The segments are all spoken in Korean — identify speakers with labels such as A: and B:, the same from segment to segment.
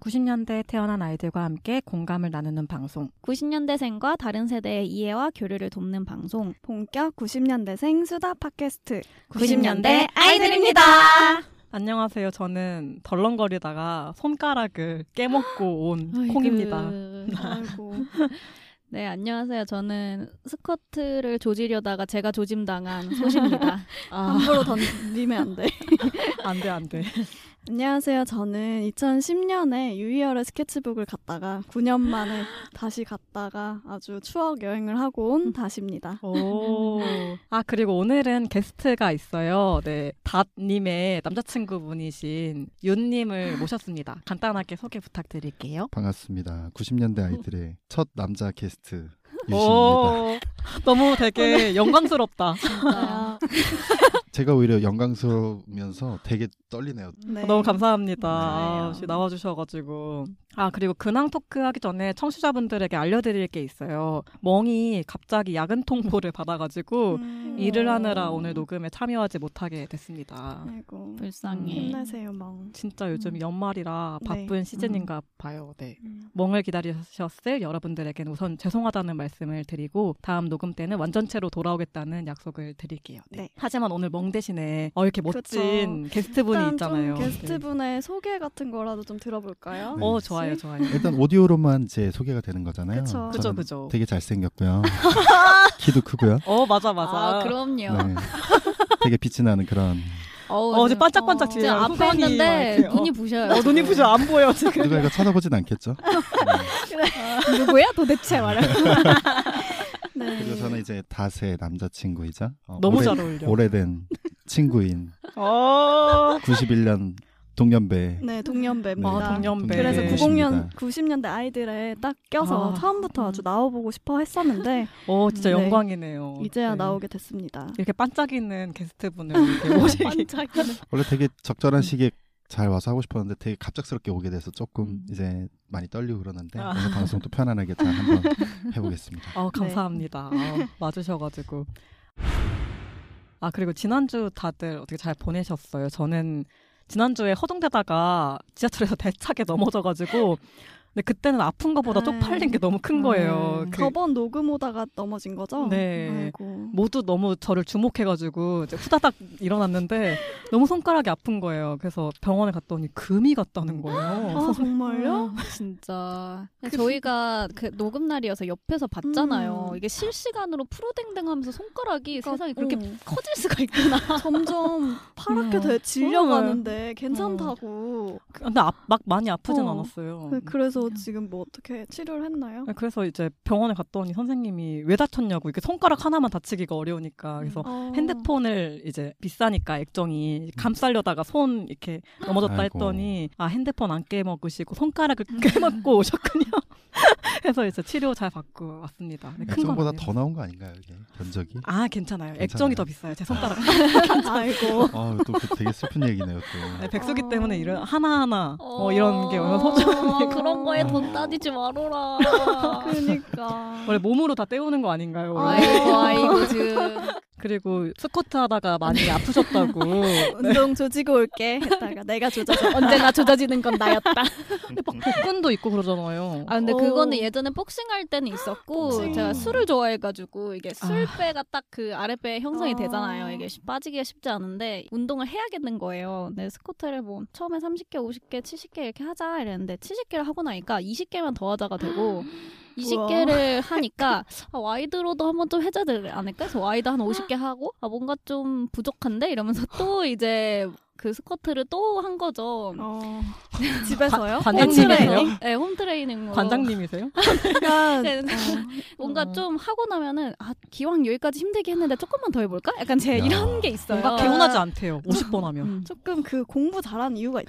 A: 90년대에 태어난 아이들과 함께 공감을 나누는 방송.
B: 90년대생과 다른 세대의 이해와 교류를 돕는 방송.
C: 본격 90년대생 수다 팟캐스트.
B: 90년대 아이들입니다.
A: 안녕하세요. 저는 덜렁거리다가 손가락을 깨먹고 온 콩입니다.
C: 아이고.
B: 네, 안녕하세요. 저는 스커트를 조지려다가 제가 조짐당한 소시입니다.
C: 함부로 던지면 안 돼.
A: 안 돼, 안 돼.
C: 안녕하세요. 저는 2010년에 유희열의 스케치북을 갔다가 9년 만에 다시 갔다가 아주 추억 여행을 하고 온 다시입니다.
A: 오. 아, 그리고 오늘은 게스트가 있어요. 네. 닷님의 남자친구분이신 윤님을 모셨습니다. 간단하게 소개 부탁드릴게요.
D: 반갑습니다. 90년대 아이들의 첫 남자 게스트
C: 어?
D: 유신입니다.
A: 오. 너무 되게 영광스럽다.
C: 아,
D: 제가 오히려 영광스러우면서 되게 떨리네요.
C: 네.
A: 너무 감사합니다. 아,
C: 감사해요.
A: 역시 나와주셔가지고. 아, 그리고 근황 토크 하기 전에 청취자분들에게 알려드릴 게 있어요. 멍이 갑자기 야근 통보를 받아가지고
C: 음.
A: 일을 하느라 오늘 녹음에 참여하지 못하게 됐습니다.
C: 아이고.
B: 불쌍해.
C: 힘내세요, 멍.
A: 진짜 요즘
B: 음.
A: 음. 연말이라
C: 네.
A: 바쁜 시즌인가 봐요. 네. 멍을 기다리셨을 여러분들에게는 우선 죄송하다는 말씀을 드리고 다음 녹음 때는 완전체로 돌아오겠다는 약속을 드릴게요. 네.
C: 네.
A: 하지만 오늘 멍 대신에 어, 이렇게 멋진 게스트분이
C: 일단
A: 있잖아요.
C: 좀 게스트분의 소개 같은 거라도 좀 들어볼까요?
A: 네.
D: 네.
A: 어 좋아요 좋아요.
D: 일단 오디오로만 제 소개가 되는 거잖아요.
C: 그쵸.
D: 저는
A: 그죠 그죠.
D: 되게 잘생겼고요. 키도 크고요.
A: 어 맞아 맞아.
B: 아, 그럼요.
D: 네. 되게 빛이 나는 그런
B: 어우,
A: 어, 지금
B: 지금
A: 반짝반짝
C: 어,
A: 지금
B: 진짜 앞에
A: 후광이 막
B: 있는데
A: 이렇게, 어.
B: 눈이 부셔요.
A: 어, 눈이 부셔 안 보여 지금.
D: 누가 이거 쳐다보진 않겠죠? 네.
C: 누구야 도대체 말이야. 네.
D: 그리고 저는 이제 다세 남자친구이자 어,
A: 너무
D: 오래-
A: 잘 어울려.
D: 오래된 친구인
A: 어.
D: 91년 동년배
C: 네, 동년배입니다.
A: 아, 동년배.
C: 그래서
A: 네.
C: 90년 90년대 아이들에 딱 껴서
A: 아.
C: 처음부터 아주 나와보고 싶어 했었는데
A: 어 진짜
C: 네.
A: 영광이네요.
C: 이제야
A: 네.
C: 나오게 됐습니다.
A: 이렇게 반짝이는 게스트분을 이렇게 모시기.
D: 원래 되게 적절한 시기에 잘 와서 하고 싶었는데 되게 갑작스럽게 오게 돼서 조금
A: 음.
D: 이제 많이 떨리고 그러는데
A: 아.
D: 오늘 방송도 편안하게 잘 한번 해보겠습니다.
A: 어 감사합니다. 어, 와주셔가지고. 아 그리고 지난주 다들 어떻게 잘 보내셨어요? 저는 지난주에 허둥대다가 지하철에서 대차게 넘어져가지고 근데 그때는 아픈 것보다
C: 아.
A: 쪽팔린 게 너무 큰 거예요.
B: 음.
A: 그-
C: 저번 녹음 오다가 넘어진 거죠?
A: 네.
C: 아이고.
A: 모두 너무 저를 주목해가지고 이제 후다닥 일어났는데 너무 손가락이 아픈 거예요. 그래서 병원에 갔더니 금이 갔다는 거예요.
C: 아
B: 음.
C: 정말요?
B: 어, 진짜 저희가 그 녹음 날이어서 옆에서 봤잖아요.
C: 음.
B: 이게 실시간으로 프로댕댕하면서 손가락이 세상에 그렇게
C: 어,
B: 커질 수가 있구나.
C: 점점 파랗게
A: 어.
C: 돼 질려고
A: 어.
C: 하는데 괜찮다고.
A: 근데 아- 막 많이 아프진
C: 어.
A: 않았어요. 네,
C: 그- 그래서 지금 뭐 어떻게 치료를 했나요?
A: 그래서 이제 병원에 갔더니 선생님이 왜 다쳤냐고 이게 손가락 하나만 다치기가 어려우니까 그래서
C: 어.
A: 핸드폰을 이제 비싸니까 액정이 감싸려다가 손 이렇게 넘어졌다
D: 아이고.
A: 했더니 아 핸드폰 안 깨먹으시고 손가락을 깨먹고 오셨군요. 해서 이제 치료 잘 받고 왔습니다. 네, 큰건
D: 액정보다
A: 아니에요.
D: 더 나온 거 아닌가요, 이게 견적이?
A: 아 괜찮아요. 액정이
D: 괜찮아요?
A: 더 비싸요. 제 손가락.
C: 아이고.
D: 아, 또 그- 되게 슬픈 얘기네요, 또.
A: 네, 백수기
C: 어.
A: 때문에 이런 하나하나
B: 뭐
A: 어, 이런 게 얼마나 소중.
B: 어, 그런 거에 돈 따지지 말아라.
C: 그러니까.
A: 원래 몸으로 다 때우는 거 아닌가요? 원래?
B: 아이고 아이고 지금
A: 그리고 스쿼트 하다가 많이 아프셨다고.
C: 운동 조지고 올게 했다가 내가 조져서
B: 언제나 조져지는 건 나였다.
A: 복근도 있고 그러잖아요.
B: 아 근데
C: 오.
B: 그거는 예전에 복싱 할 때는 있었고
C: 복싱.
B: 제가 술을 좋아해가지고 이게 술배가 딱 그 아랫배에 형성이
C: 아.
B: 되잖아요. 이게 쉽- 빠지기가 쉽지 않은데 운동을 해야겠는 거예요. 근데 스쿼트를 뭐 처음에 30개, 50개, 70개 이렇게 하자 이랬는데 70개를 하고 나니까 20개만 더 하자가 되고 20개를 하니까 아, 와이드로도 한번 좀 해줘야 되지 않을까? 그래서 와이드 한 50개 하고 아 뭔가 좀 부족한데 이러면서 또 이제 그 스쿼트를 또 한 거죠.
C: 어. 집에서요?
A: 관- 관장님이세요?
C: 홈트레이닝?
B: 네, 홈트레이닝으로.
A: 관장님이세요?
C: 약간
B: 네.
C: 어,
B: 뭔가
A: 어.
B: 좀 하고 나면은 아 기왕 여기까지 힘들게 했는데 조금만 더 해볼까? 약간 제
D: 야.
B: 이런 게 있어요.
A: 뭔가 개운하지 않대요. 50번 하면.
B: 아. 음.
C: 조금 그 공부 잘한 이유가 있,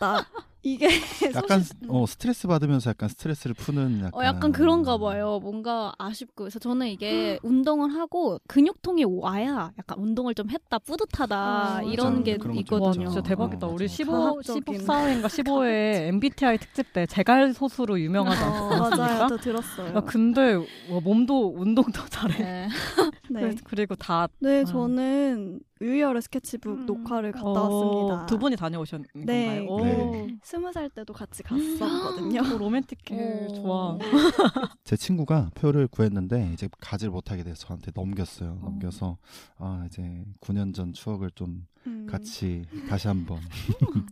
C: 다 이게
D: 약간 어, 스트레스 받으면서 약간 스트레스를 푸는 약간.
B: 어 약간
A: 아.
B: 그런가 봐요. 뭔가 아쉽고 그래서 저는 이게 운동을 하고 근육통이 와야 약간 운동을 좀 했다 뿌듯하다
C: 아,
B: 이런
D: 맞아요.
B: 게
D: 그런 거
A: 와
B: 있거든요.
A: 진짜 대박이다.
D: 어,
A: 우리
D: 맞아.
A: 15,
C: 과학적인.
A: 14회인가 15회 MBTI 특집 때 제갈소수로 유명하지
C: 어,
A: 않습니까? 그,
C: 맞아요. 또 들었어요.
A: 야, 근데 와, 몸도 운동도 잘해.
B: 네.
C: 네.
A: 그리고 다
C: 네,
A: 어.
C: 저는 유희열의 스케치북
B: 음.
C: 녹화를 갔다
A: 어,
C: 왔습니다.
A: 두 분이 다녀오셨는 건가요?
C: 네.
A: 오.
D: 네.
C: 스무 살 때도 같이 갔었거든요.
A: 어, 로맨틱해.
B: 오.
A: 좋아.
D: 제 친구가 표를 구했는데 이제 가지를 못하게 돼서 저한테 넘겼어요. 넘겨서 아 이제 9년 전 추억을 좀
C: 음.
D: 같이 다시 한번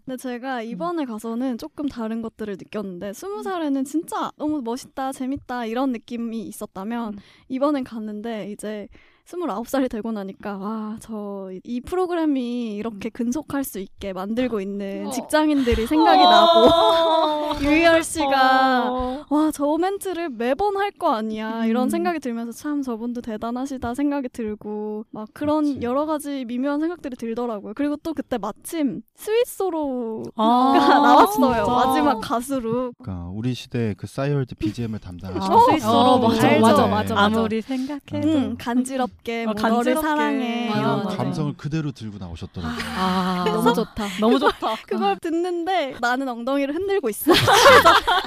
C: 근데 제가
B: 음.
C: 이번에 가서는 조금 다른 것들을 느꼈는데 스무 살에는 진짜 너무 멋있다 재밌다 이런 느낌이 있었다면
B: 음.
C: 이번엔 갔는데 이제 스물아홉 살이 되고 나니까 아, 와저 이 프로그램이
B: 음.
C: 이렇게 근속할 수 있게 만들고 있는
B: 어.
C: 직장인들이 생각이 나고
B: 그러니까 어.
C: 유희열 씨가 와 저 멘트를 매번 할 거 아니야 이런
A: 음.
C: 생각이 들면서 참 저분도 대단하시다 생각이 들고 막 그런
D: 그치.
C: 여러 가지 미묘한 생각들이 들더라고요 그리고 또 그때 마침 스위스로가
A: 아,
C: 나왔어요
A: 진짜.
C: 마지막 가수로
D: 그러니까 우리 시대 그 싸이월드 BGM을 담당하신
A: 아, 스위스로
C: 어,
A: 맞아,
C: 알죠.
A: 맞아,
B: 맞아, 맞아.
A: 아무리 생각해.
D: 음.
C: 응, 간지럽게
A: 어,
C: 뭐 너를
A: 간지럽게.
C: 사랑해
B: 맞아,
C: 이런
D: 이런
A: 네.
B: 맞아.
C: 노래.
D: 감성을 그대로 들고 나오셨더라고요.
A: 아,
B: 너무 좋다.
A: 너무 좋다. 아,
C: 그걸 듣는데 나는 엉덩이를 흔들고 있어.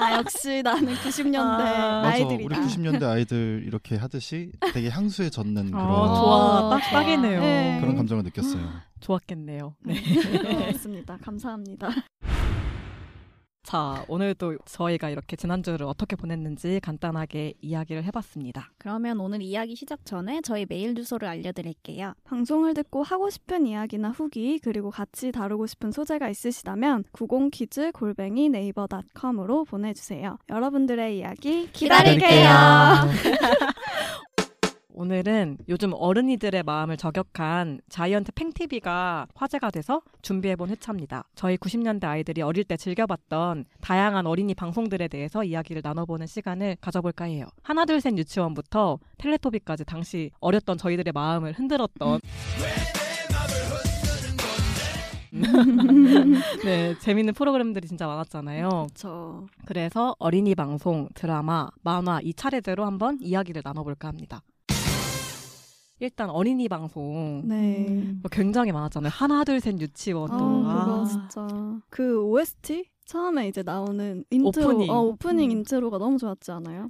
C: 아 역시 나는 90년대
A: 아.
C: 아,
D: 맞아,
C: 이들이
D: 우리
C: 다
D: 90년대 아이들 이렇게 하듯이 되게 향수에 젖는 그런
A: 어, 좋아. 딱,
B: 좋아.
A: 딱이네요.
C: 네.
D: 그런 감정을 느꼈어요.
A: 아, 좋았겠네요. 네.
C: 그렇습니다. 감사합니다.
A: 자, 오늘도 저희가 이렇게 지난주를 어떻게 보냈는지 간단하게 이야기를 해봤습니다.
B: 그러면 오늘 이야기 시작 전에 저희 메일 주소를 알려드릴게요.
C: 방송을 듣고 하고 싶은 이야기나 후기 그리고 같이 다루고 싶은 소재가 있으시다면 90퀴즈 골뱅이 네이버닷컴으로 보내주세요. 여러분들의 이야기 기다릴게요.
A: 오늘은 요즘 어른이들의 마음을 저격한 자이언트 팽티비가 화제가 돼서 준비해본 회차입니다. 저희 90년대 아이들이 어릴 때 즐겨봤던 다양한 어린이 방송들에 대해서 이야기를 나눠보는 시간을 가져볼까 해요. 하나 둘 셋 유치원부터 텔레토비까지 당시 어렸던 저희들의 마음을 흔들었던 네, 재밌는 프로그램들이 진짜 많았잖아요.
C: 저
B: 그렇죠.
A: 그래서 어린이 방송, 드라마, 만화 이 차례대로 한번 이야기를 나눠볼까 합니다. 일단 어린이 방송
B: 음.
C: 네.
A: 뭐 굉장히 많았잖아요. 하나 둘 셋 유치원
C: 아,
A: 또
C: 그거
A: 아,
C: 진짜 그 OST 처음에 이제 나오는 인트로
A: 오프닝.
C: 어, 오프닝 인트로가 너무 좋았지 않아요?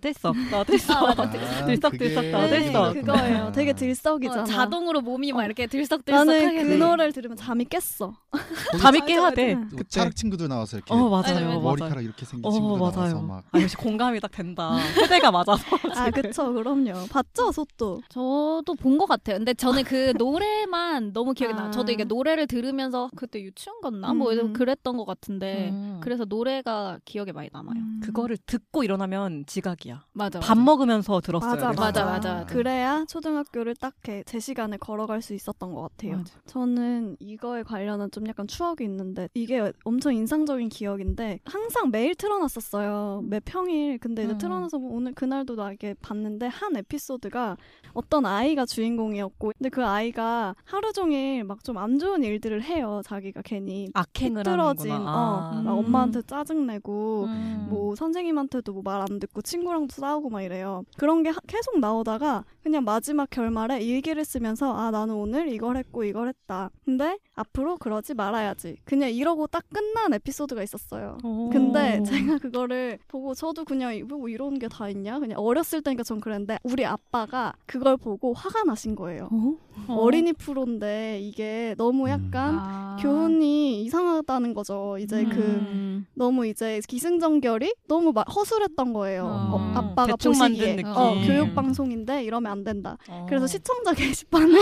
E: 들썩 떠들썩 와글와글 우르르 쾅쾅
A: 아, 떠들썩 떠들썩
D: 아,
A: 어, 들썩,
D: 그게
A: 들썩,
C: 네,
A: 떠들썩.
D: 그거였구나.
C: 그거예요. 되게 들썩이잖아.
B: 어, 자동으로 몸이 막 이렇게 들썩들썩하게
C: 나는 그
B: 돼.
C: 노래를 어, 들으면 잠이 깼어.
A: 잠이 깨야 돼.
C: 음.
D: 그 차락 친구들 나와서 이렇게
A: 어
C: 네,
B: 아니,
A: 맞아요
B: 왜-
A: 맞아요.
D: 머리카락 이렇게 생긴
A: 어
D: 친구들
A: 맞아요.
D: 나와서 막
A: 아 역시 공감이 딱 된다. 세대가 맞아서.
C: 음. 아 그쵸 그럼요. 봤죠 소또.
B: 저도 본 것 같아요. 근데 저는 그 노래만 너무 기억이
C: 아.
B: 나요. 저도 이게 노래를 들으면서 그때 유치원 갔나
C: 음.
B: 뭐 그랬던 것
C: 네.
B: 같은데
A: 그래
B: 그래서 노래가 기억에 많이 남아요.
A: 네. 음.
C: 음.
A: 그거를 듣고 일어나면 지각이야.
B: 맞아.
A: 밥 먹으면서 들었어요.
C: 맞아
A: 그래서.
B: 맞아,
C: 맞아
B: 맞아.
C: 그래야 초등학교를 딱제 시간에 걸어갈 수 있었던 것 같아요.
A: 맞아.
C: 저는 이거에 관련한 좀 약간 추억이 있는데 이게 엄청 인상적인 기억인데 항상 매일 틀어놨었어요. 매 평일 근데 이제
A: 음.
C: 틀어놔서 뭐 오늘 그날도 나 이게 봤는데 한 에피소드가 어떤 아이가 주인공이었고 근데 그 아이가 하루 종일 막 좀 안 좋은 일들을 해요. 자기가 괜히
A: 악행을
C: 삐뚤어진
A: 하는구나.
C: 어,
A: 아.
C: 막 엄마한테 짜증내고
B: 음.
C: 뭐 선생님한테도 뭐 말 안 듣고 친구랑도 싸우고 막 이래요. 그런 게 하- 계속 나오다가 그냥 마지막 결말에 일기를 쓰면서 아 나는 오늘 이걸 했고 이걸 했다. 근데 앞으로 그러지 말아야지. 그냥 이러고 딱 끝난 에피소드가 있었어요.
A: 오.
C: 근데 제가 그거를 보고 저도 그냥 이- 뭐 이런 게 다 있냐 그냥 어렸을 때니까 전 그랬는데 우리 아빠가 그걸 보고 화가 나신 거예요. 어? 린이 프로인데 이게 너무 약간
B: 아.
C: 교훈이 이상하다는 거죠. 이제 그
B: 음.
C: 너무 이제 기승전결이 너무 막 허술했던 거예요.
A: 음.
B: 어.
C: 어, 아빠가
A: 대충 만든
C: 보시기에
A: 느낌.
C: 어, 교육 방송인데 이러면 안 된다.
A: 음. 어.
C: 그래서 시청자 게시판에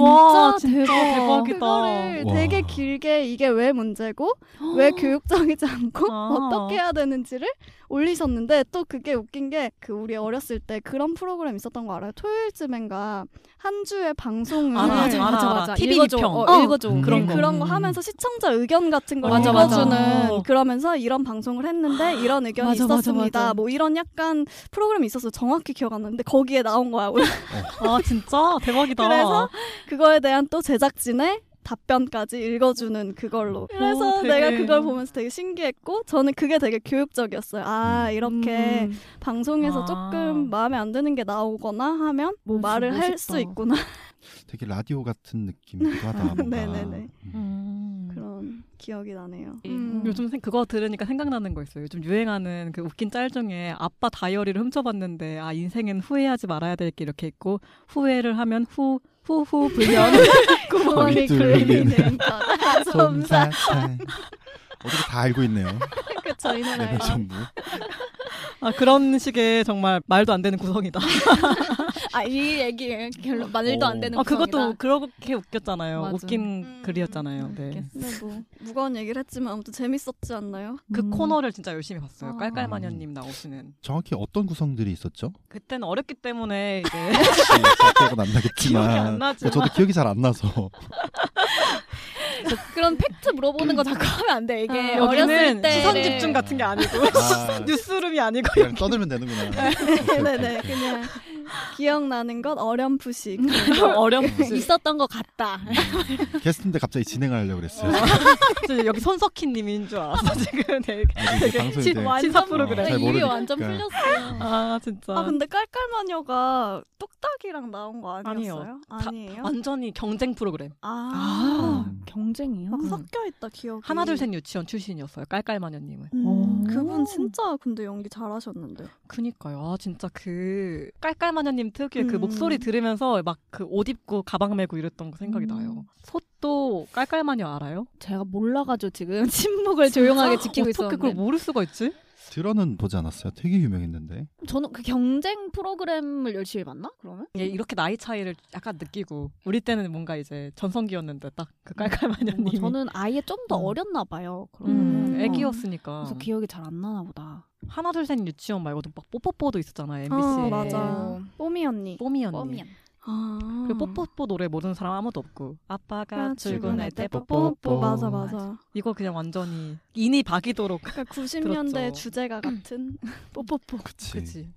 A: 와,
B: 진짜
A: 진짜
B: 대박.
A: 대박이다.
C: 그거를
D: 와.
C: 되게 길게 이게 왜 문제고 왜 교육적이지 않고
A: 아.
C: 어떻게 해야 되는지를 올리셨는데 또 그게 웃긴 게 그 우리 어렸을 때 그런 프로그램 있었던 거 알아요? 토요일쯤엔가 한 주의 방송을
A: 알아, 알아,
B: 맞아, 맞아,
A: 알아.
B: 맞아.
A: TV
B: 읽어줘.
A: 비평.
B: 어,
C: 어.
B: 읽어줘.
D: 음.
A: 그런
C: 그런 거.
A: 거.
C: 그런 거
A: 음.
C: 하면서 시청자 의견 같은 걸
A: 맞아,
C: 읽어주는
A: 맞아.
C: 그러면서 이런 방송을 했는데 이런 의견이
B: 맞아, 맞아,
C: 있었습니다.
B: 맞아.
C: 뭐 이런 약간 프로그램이 있었어. 정확히 기억 안 나는데 거기에 나온 거야.
A: 아, 진짜 대박이다.
C: 그래서 그거에 대한 또 제작진의 답변까지 읽어주는 그걸로. 그래서
A: 어, 되게.
C: 내가 그걸 보면서 되게 신기했고 저는 그게 되게 교육적이었어요. 아 이렇게
B: 음.
C: 방송에서
A: 아.
C: 조금 마음에 안 드는 게 나오거나 하면 뭐
B: 멋있-
C: 말을 할
B: 멋있다. 음.
C: 수 있구나
D: 되게 라디오 같은 느낌이기도 하다. 뭔가.
C: 네네네.
D: 음.
A: 음.
C: 그런 기억이 나네요.
B: 음.
A: 요즘 생- 그거 들으니까 생각나는 거 있어요. 요즘 유행하는 그 웃긴 짤 중에 아빠 다이어리를 훔쳐봤는데 아 인생엔 후회하지 말아야 될 게 이렇게 있고 후회를 하면 후 후후 불면
D: 거기
B: 구멍이
D: 뚫리는
B: 그리는 거다 섬사
D: 솜사탕. 어떻게 다 알고 있네요.
B: 그쵸 이 노래
D: 얘네 전부.
A: 아 그런 식의 정말 말도 안 되는 구성이다.
B: 아, 아이 얘기 별로 말도 안 되는
A: 아 그것도
B: 구성이다.
A: 그렇게 웃겼잖아요.
B: 맞아.
A: 웃긴
C: 음.
A: 글이었잖아요. 네.
B: 알겠어.
C: 근데 뭐 무거운 얘기를 했지만 아무튼 재밌었지 않나요?
A: 그
B: 음.
A: 코너를 진짜 열심히 봤어요.
B: 아.
A: 깔깔마녀님 나오시는.
D: 정확히 어떤 구성들이 있었죠?
A: 그때는 어렸기 때문에 이제
B: 네.
D: 기억은 안
A: 기억이 안
D: 나겠지만.
A: 나지만.
D: 저도 기억이 잘 안 나서.
B: 그런 팩트 물어보는 거 자꾸 하면 안 돼. 이게
C: 아,
B: 어렸을
A: 여기는
B: 때
A: 시선 집중 같은 게 네. 아니고 네.
D: 아,
A: 뉴스룸이 아니고
D: 그냥 떠들면 되는구나. 오케이, 오케이.
C: 네네 그냥 기억나는 것 어렴풋이
A: 어렴풋이
B: 있었던 것 같다.
D: 게스트인데 갑자기 진행을 하려고 그랬어요.
A: 아, 저 여기 손석희님인 줄 알았어 지금 네. 되게
D: 아직 이제 방송에
A: 시-
D: 대해
A: 완전 시사 프로그램.
D: 잘
B: 입이
D: 모르니까.
B: 완전 풀렸어요.
A: 아 진짜
C: 아 근데 깔깔마녀가 뚝딱이랑 나온 거 아니었어요?
A: 아니요. 다-
C: 에요
A: 완전히 경쟁 프로그램
C: 아,
D: 음.
B: 경쟁이요?
C: 막 섞여 있다 기억이. 음.
A: 하나 둘 셋 유치원 출신이었어요 깔깔마녀님은
B: 오.
C: 그분 진짜 근데 연기 잘하셨는데.
A: 그니까요 아 진짜 그 깔깔마녀님 특유의 그
C: 음.
A: 목소리 들으면서 막 그 옷 입고 가방 메고 이랬던 거 생각이
B: 음.
A: 나요 솥도 깔깔마녀 알아요? 아,
B: 제가 몰라가지고 지금 침묵을 조용하게 지키고
A: 어떻게
B: 있었는데
A: 그걸 모를 수가 있지?
D: 들어는 보지 않았어요. 되게 유명했는데.
B: 저는 그 경쟁 프로그램을 열심히 봤나? 그러면?
A: 얘 예, 이렇게 나이 차이를 약간 느끼고 우리 때는 뭔가 이제 전성기였는데 딱 그 깔깔마녀님이
B: 뭔가 저는 아예 좀 더
A: 음.
B: 네, 어렸나 봐요. 그러면
A: 음, 애기였으니까
B: 그래서 기억이 잘 안 나나 보다.
A: 하나 둘 셋 유치원 말고도 막 뽀뽀뽀도 있었잖아요 MBC 에.
C: 어, 맞아. 뽀미 언니.
A: 뽀미 언니
B: 뻔미안.
C: 아.
A: 그 뽀뽀뽀 노래 모르는 사람 아무도 없고 아빠가 출근할 때
D: 뽀뽀뽀.
A: 뽀뽀뽀
C: 맞아 맞아.
A: 이거 그냥 완전히 인이 박이도록
C: 그러니까 90년대
A: 들었죠.
C: 주제가 같은 뽀뽀뽀.
D: 그치.
A: 그치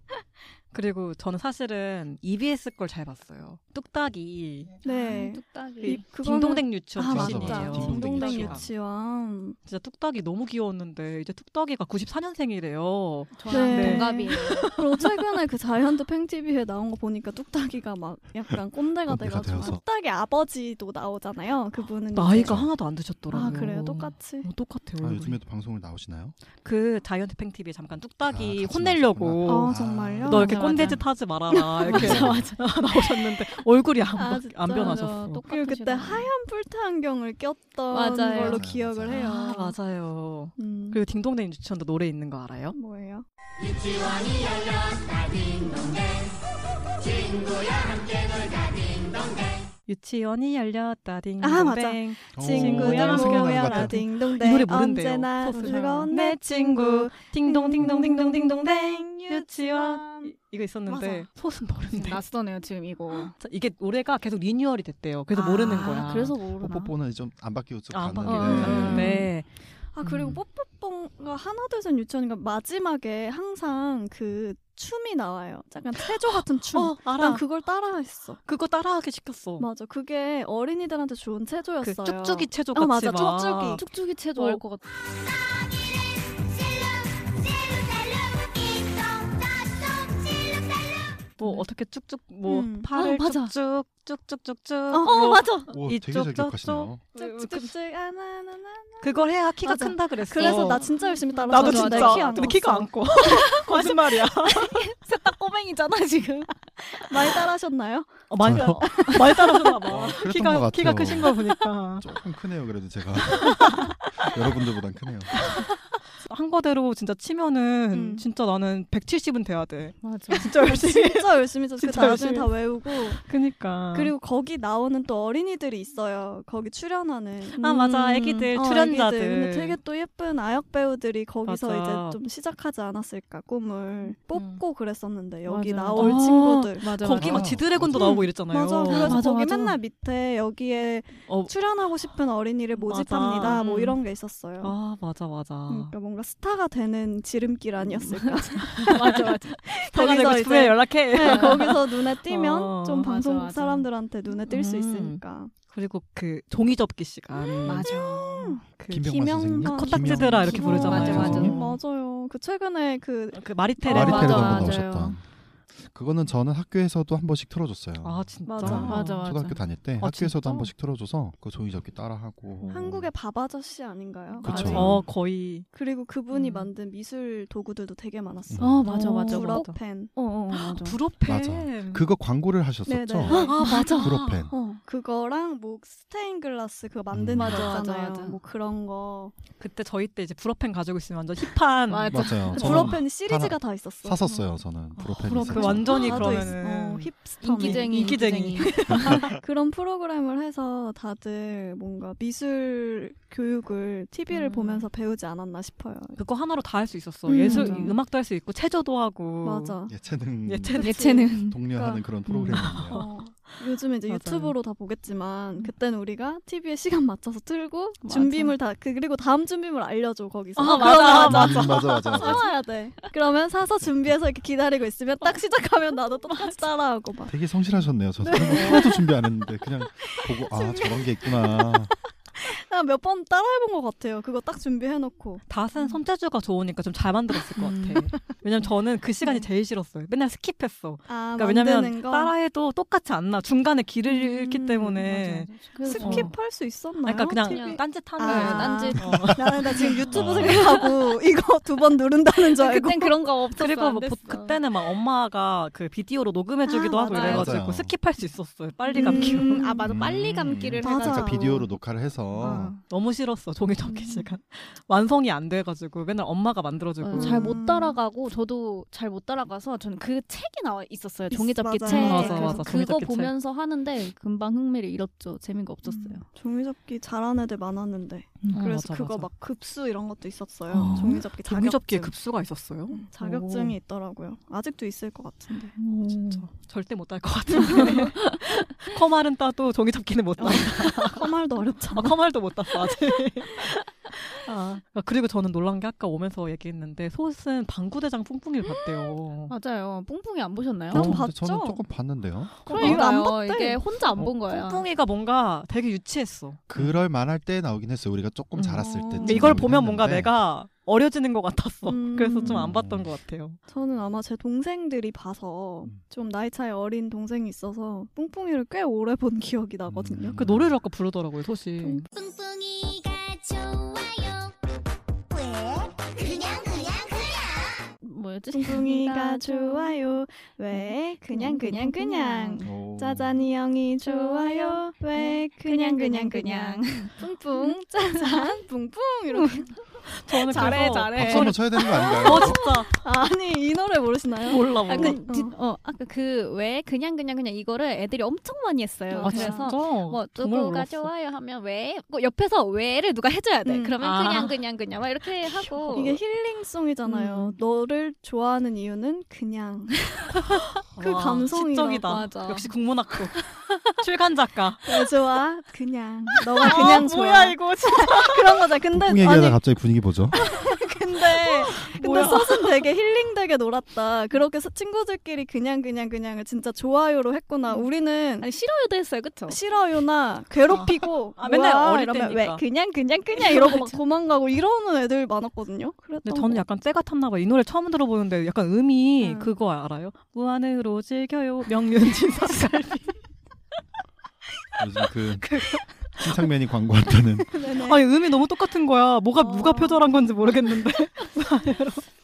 A: 그리고 저는 사실은 EBS 걸 잘 봤어요 뚝딱이
C: 네.
B: 아, 뚝딱이.
C: 그거는-
A: 딩동댕 유치원
C: 아
D: 맞아,
A: 출신이에요
C: 맞다.
D: 맞아.
C: 딩동댕
D: 딩동댕
C: 유치원.
A: 진짜 뚝딱이 너무 귀여웠는데 이제 뚝딱이가 94년생이래요
C: 음.
B: 저랑
A: 네.
B: 동갑이에요.
C: 그리고 최근에 그 자이언트 팽TV에 나온 거 보니까 뚝딱이가 막 약간 꼰대가
D: 꼰대가
C: 돼가지고
D: 되어서.
C: 뚝딱이 아버지도 나오잖아요. 그분은
A: 나이가
C: 이제-
A: 하나도 안 드셨더라고요
C: 아 그래요 똑같이.
A: 어, 똑같아요
D: 아,
A: 얼굴이.
D: 요즘에도 방송을 나오시나요?
A: 그 자이언트 팽 TV 잠깐 뚝딱이
D: 아, 같이
A: 혼내려고
C: 아 정말요?
A: 너 이렇게
B: 맞아,
A: 꼰대짓 하지 말아라 이렇게 나오셨는데 얼굴이 안,
C: 아,
A: 바-
C: 진짜.
A: 안 변하셨어.
B: 맞아, 똑같으시다.
C: 그리고 그때 하얀 뿔테 안경을 꼈던
B: 맞아요.
C: 걸로
D: 맞아요,
C: 기억을
D: 맞아요.
C: 해요.
A: 아 맞아요.
C: 음,
A: 그리고 딩동댕 유치원도 노래 있는 거 알아요?
C: 뭐예요?
E: 유치원이 열렸다 딩동댕 친구야 함께 놀자 딩동댕
A: 유치원이 열렸다 딩동댕.
C: 아, 맞아.
A: 친구야,
C: 친구야
D: 생각나는
C: 뭐야
D: 것
C: 라
D: 어, 같아요.
C: 딩동댕
A: 이 노래 모른대요.
C: 언제나
A: 소스랑.
C: 즐거운 내 친구
A: 딩동딩동딩동딩동댕
C: 유치원.
A: 이- 이거 있었는데 소스 모른대.
B: 낯서네요 지금 이거.
A: 자, 이게 노래가 계속 리뉴얼이 됐대요. 그래서
B: 아,
A: 모르는 거야.
B: 그래서 모르나.
D: 뽀뽀뽀는 좀 안 바뀌고 쭉
A: 아, 안
D: 갔는데. 네.
A: 바뀌고 갔는데
C: 아 그리고
D: 음.
C: 뽀뽀뽕가 어, 하나 둘셋 유치원인가 마지막에 항상 그 춤이 나와요. 약간 체조 같은 춤.
A: 어
C: 난
A: 알아. 그,
C: 그걸 따라했어.
A: 그거 따라하게 시켰어.
C: 맞아. 그게 어린이들한테 좋은
A: 그
C: 체조였어요.
A: 쭉쭉이 체조 같이
C: 어, 맞아.
A: 막
C: 쭉쭉이.
B: 쭉쭉이 체조 할 것 같아.
E: 실룩 실룩 실룩 이동자동 실룩
A: 뭐 어떻게 쭉쭉 뭐
C: 음.
A: 팔을
B: 아, 맞아.
A: 쭉쭉 쭉쭉쭉쭉 뭐
C: 어, 어 맞아.
D: 오, 되게
A: 이쪽,
D: 잘 기억하시네요.
C: 쭉쭉쭉 아나나나.
A: 그걸 해야 키가
C: 맞아.
A: 큰다 그랬어.
C: 그래서 나 진짜 열심히 따라.
A: 나도
B: 맞아,
A: 진짜
B: 맞아. 키안
A: 근데 키가 안 커. 거짓말이야.
B: 셋다 꼬맹이잖아 지금.
C: 많이 따라하셨나요?
A: 어, 많이
D: 저요?
A: 따- 많이 따라하셨나 봐.
D: 아, 그랬던 것
A: 키가
D: 같아요.
A: 키가 크신 거 보니까
D: 조금 크네요, 그래도 제가. 여러분들보단 크네요.
A: 한 거대로 진짜 치면은
C: 음.
A: 진짜 나는 170은 돼야 돼.
B: 맞아.
A: 진짜 열심히.
C: 진짜 열심히 어. 했어요. 그
A: 진짜
C: 나중에
A: 열심히
C: 다 외우고
A: 그니까.
C: 그리고 거기 나오는 또 어린이들이 있어요. 거기 출연하는
A: 아 맞아
B: 음.
A: 애기들
C: 어,
A: 출연자들.
C: 애기들. 근데 되게 또 예쁜 아역 배우들이 거기서
A: 맞아.
C: 이제 좀 시작하지 않았을까 꿈을 뽑고 그랬었는데 여기
B: 맞아.
C: 나올
A: 음. 아,
C: 친구들
B: 맞아.
A: 거기
D: 맞아.
A: 막 지드래곤도
D: 맞아.
A: 나오고 이랬잖아요.
C: 맞아. 그래서
B: 맞아,
C: 거기
B: 맞아.
C: 맨날 밑에 여기에
A: 어.
C: 출연하고 싶은 어린이를 모집합니다.
A: 맞아.
C: 뭐
B: 음.
C: 이런 게 있었어요.
A: 아 맞아 맞아.
C: 그러니까 뭔가 스타가 되는 지름길 아니었을까.
B: 맞아 맞아.
A: 내가
C: 거기서
A: 내가
C: 이제-
A: 부에 연락해.
C: 네, 거기서 눈에 띄면
A: 어,
C: 좀
B: 맞아,
C: 방송국
B: 맞아.
C: 사람들한테 눈에 띌 수
A: 음.
C: 있으니까.
A: 그리고 그 종이 접기 시간.
C: 음,
B: 맞아.
A: 그
D: 김병만 선생님.
C: 김영만.
A: 코딱지들아
C: 어,
A: 이렇게
B: 김영-
A: 부르잖아요.
B: 맞아, 맞아.
D: 선생님?
C: 맞아요. 그 최근에 그
A: 그 마리텔에
B: 맞아,
D: 마리텔에도
B: 맞아요.
D: 한번 나오셨던. 그거는 저는 학교에서도 한 번씩 틀어줬어요.
A: 아 진짜.
C: 맞아.
B: 맞아, 맞아.
D: 초등학교 다닐 때
A: 아,
D: 학교에서도
A: 진짜?
D: 한 번씩 틀어줘서 그 종이 접기 따라하고
C: 어. 한국의 밥아저씨 아닌가요?
D: 어. 그쵸.
B: 맞아.
A: 어 거의
C: 그리고 그분이
A: 음.
C: 만든 미술 도구들도 되게 많았어요.
B: 어 맞아
A: 어,
B: 맞아.
A: 브라-
B: 어,
C: 브라펜.
B: 어, 어 맞아.
A: 브로펜.
D: 맞아. 그거 광고를 하셨었죠.
C: 네네.
A: 아 맞아.
D: 프로펜.
C: 어, 그거랑 뭐 스테인글라스 그거 만드는
D: 음.
C: 거
D: 맞아,
B: 맞아,
C: 있잖아요.
B: 맞아.
C: 뭐 그런 거.
A: 그때 저희 때 이제 브로펜 가지고 있으면 완전 힙한.
B: 맞아.
D: 맞아요.
A: 저-
D: 저는
C: 그 브로펜 시리즈가 다 있었어.
D: 샀었어요. 저는 프로펜.
A: 그
D: 있었죠.
A: 완전히
C: 다도
A: 그러면은
C: 있- 어, 힙스터네.
B: 인기쟁이
A: 인기쟁이.
C: 그런 프로그램을 해서 다들 뭔가 미술 교육을 TV를
A: 음.
C: 보면서 배우지 않았나 싶어요.
A: 그거 하나로 다 할 수 있었어.
C: 음,
A: 예술
B: 맞아.
A: 음악도 할 수 있고 체조도 하고.
C: 맞아.
D: 예체능
A: 예체능.
B: 예체는
D: 독려하는 그런 프로그램이었네요.
C: 어, 요즘 이제
A: 맞아요.
C: 유튜브로 다 보겠지만 그때는 우리가 TV에 시간 맞춰서 틀고
B: 맞아.
C: 준비물 다 그- 그리고 다음 준비물 알려줘 거기서.
B: 아, 맞아,
C: 그러면
D: 음, 맞아 맞아. 맞아.
C: 어, 사와야 돼. 그러면 사서 준비해서 이렇게 기다리고 있으면 딱 시작하면 나도 똑같이 따라하고 막.
D: 되게 성실하셨네요. 저 저런 거 하나도 준비 안 했는데 그냥 보고 아 저런 게 있구나.
C: 몇 번 따라해본 것 같아요. 그거 딱 준비해놓고.
A: 닷은 손재주가 좋으니까 좀 잘 만들었을 것
B: 음.
A: 같아. 왜냐면 저는 그 시간이 제일 싫었어요. 맨날 스킵했어.
C: 음. 아,
A: 그러니까
C: 만드는
A: 왜냐면
C: 거?
A: 따라해도 똑같이 안 나. 중간에 길을
C: 음,
A: 잃기 때문에.
B: 맞아, 맞아. 그래서 어.
C: 스킵할 수 있었나요?
A: 그러니까 그냥
C: TV?
A: 딴짓하는
C: 아.
B: 딴짓.
A: 어.
C: 나는 나 지금 유튜브
D: 아.
C: 생각하고 이거 두 번 누른다는 줄 알고 음,
B: 그땐 그런 거 없었어.
A: 그리고
B: 안
A: 뭐 보-
B: 됐어.
A: 그때는 막 엄마가 그 비디오로 녹음해주기도
C: 아,
A: 하고
B: 맞아요.
A: 이래가지고
D: 맞아요.
A: 스킵할 수 있었어요. 빨리 감기로.
C: 음.
B: 아 맞아 빨리
D: 음.
B: 감기를
C: 맞아.
B: 해가지고
D: 그러니까 비디오로 녹화를 해서
B: 어.
A: 너무 싫었어 종이
C: 음.
A: 접기 시간. 완성이 안 돼가지고 맨날 엄마가 만들어주고.
C: 음.
B: 잘 못 따라가고 저도 잘 못 따라가서 저는 그 책이 나와 있었어요
C: 있-
B: 종이접기
C: 맞아요.
B: 책
C: 맞아,
B: 그래서
A: 맞아.
B: 그거
A: 종이접기 책.
B: 보면서 하는데 금방 흥미를 잃었죠 재미가 없었어요
C: 종이접기 잘한 애들 많았는데
A: 어,
C: 그래서
A: 맞아,
C: 그거
A: 맞아.
C: 막 급수 이런 것도 있었어요.
A: 어.
C: 종이접기 자격증. 음.
A: 종이접기에 급수가 있었어요.
C: 자격증이 있더라고요. 아직도 있을 것 같은데.
A: 진짜 절대 못 딸 것 같은데. 커말은 따도 종이접기는 못 따.
B: 그
C: 커말도 어렵잖아.
A: 아, 커말도 못 땄어 아직. 아, 그리고 저는 놀란 게 아까 오면서 얘기했는데 솥은 방구대장 뿡뿡이를 봤대요.
B: 맞아요 뿡뿡이 안 보셨나요?
C: 난
D: 어, 근데
C: 봤죠?
D: 저는 조금 봤는데요.
C: 이거
B: 그러니까요
C: 안 봤대.
B: 이게 혼자 안 본 거야
A: 어, 뿡뿡이가 뭔가 되게 유치했어.
D: 그럴 만할 때 나오긴 했어요. 우리가 조금
A: 음.
D: 자랐을 때.
A: 근데 이걸 보면
D: 음,
A: 뭔가
D: 네.
A: 내가 어려지는 것 같았어.
C: 음.
A: 그래서 좀 안 봤던 것 같아요.
C: 저는 아마 제 동생들이 봐서
D: 음.
C: 좀 나이 차이 어린 동생이 있어서 뿡뿡이를 꽤 오래 본 기억이 나거든요.
D: 음.
A: 그 노래를 아까 부르더라고요, 소시.
C: 뿡-
E: 뿡뿡이가 좋아요 왜? 그냥 그냥
B: 뭐였지?
C: 뿡뿡이가 좋아요. 왜? 그냥 그냥 그냥. 짜잔이 형이 좋아요. 왜? 그냥 그냥 그냥. 음. 뿡뿡 짜잔 뿡뿡 이렇게.
A: 저는
B: 잘해,
A: 그래서-
B: 잘해.
D: 박수 한번 쳐야 되는 거 아닌가요?
A: 어, 진짜.
C: 아니 이 노래 모르시나요?
A: 몰라,
B: 아,
A: 몰라.
B: 그, 디- 어, 아까 그 왜 그냥 그냥 그냥 이거를 애들이 엄청 많이 했어요.
C: 아,
B: 그래서
A: 진짜?
B: 뭐
A: 정말
B: 누구가
A: 몰랐어.
B: 좋아요 하면 왜 꼭 옆에서 왜를 누가 해줘야 돼.
C: 음.
B: 그러면
A: 아.
B: 그냥 그냥 그냥 막 이렇게 하고
C: 이게 힐링송이잖아요.
B: 음.
C: 너를 좋아하는 이유는 그냥. 그
A: 와,
C: 감성이
A: 시적이다.
B: 맞아.
A: 역시 국문학도. 출간 작가.
C: 왜 좋아? 그냥. 너가 그냥 좋아.
A: 이거.
C: 그런 거잖아. 근데
D: 뿡뿡 얘기하다
C: 아니
D: 갑자기 분위기 보죠.
C: 근데 근데
A: 뭐야.
C: 솥은 되게 힐링되게 놀았다. 그렇게 해서 친구들끼리 그냥 그냥 그냥을 진짜 좋아요로 했구나.
A: 음.
C: 우리는
B: 아니 싫어요도 했어요, 그쵸?
C: 싫어요나 괴롭히고
A: 아, 맨날
C: 뭐야
A: 어릴
C: 이러면
A: 때니까.
C: 왜 그냥 그냥 그냥 이러고 막 도망가고 이러는 애들 많았거든요. 그랬던
A: 근데 저는 약간 쇠가 탔나 봐요. 이 노래 처음 들어보는데 약간 음이
C: 응.
A: 그거 알아요? 무한으로 즐겨요. 명륜진사 갈비.
D: 요즘 그 신상맨이 광고한다는
C: 네네.
A: 아니 음이 너무 똑같은 거야. 뭐가
C: 어.
A: 누가 표절한 건지 모르겠는데.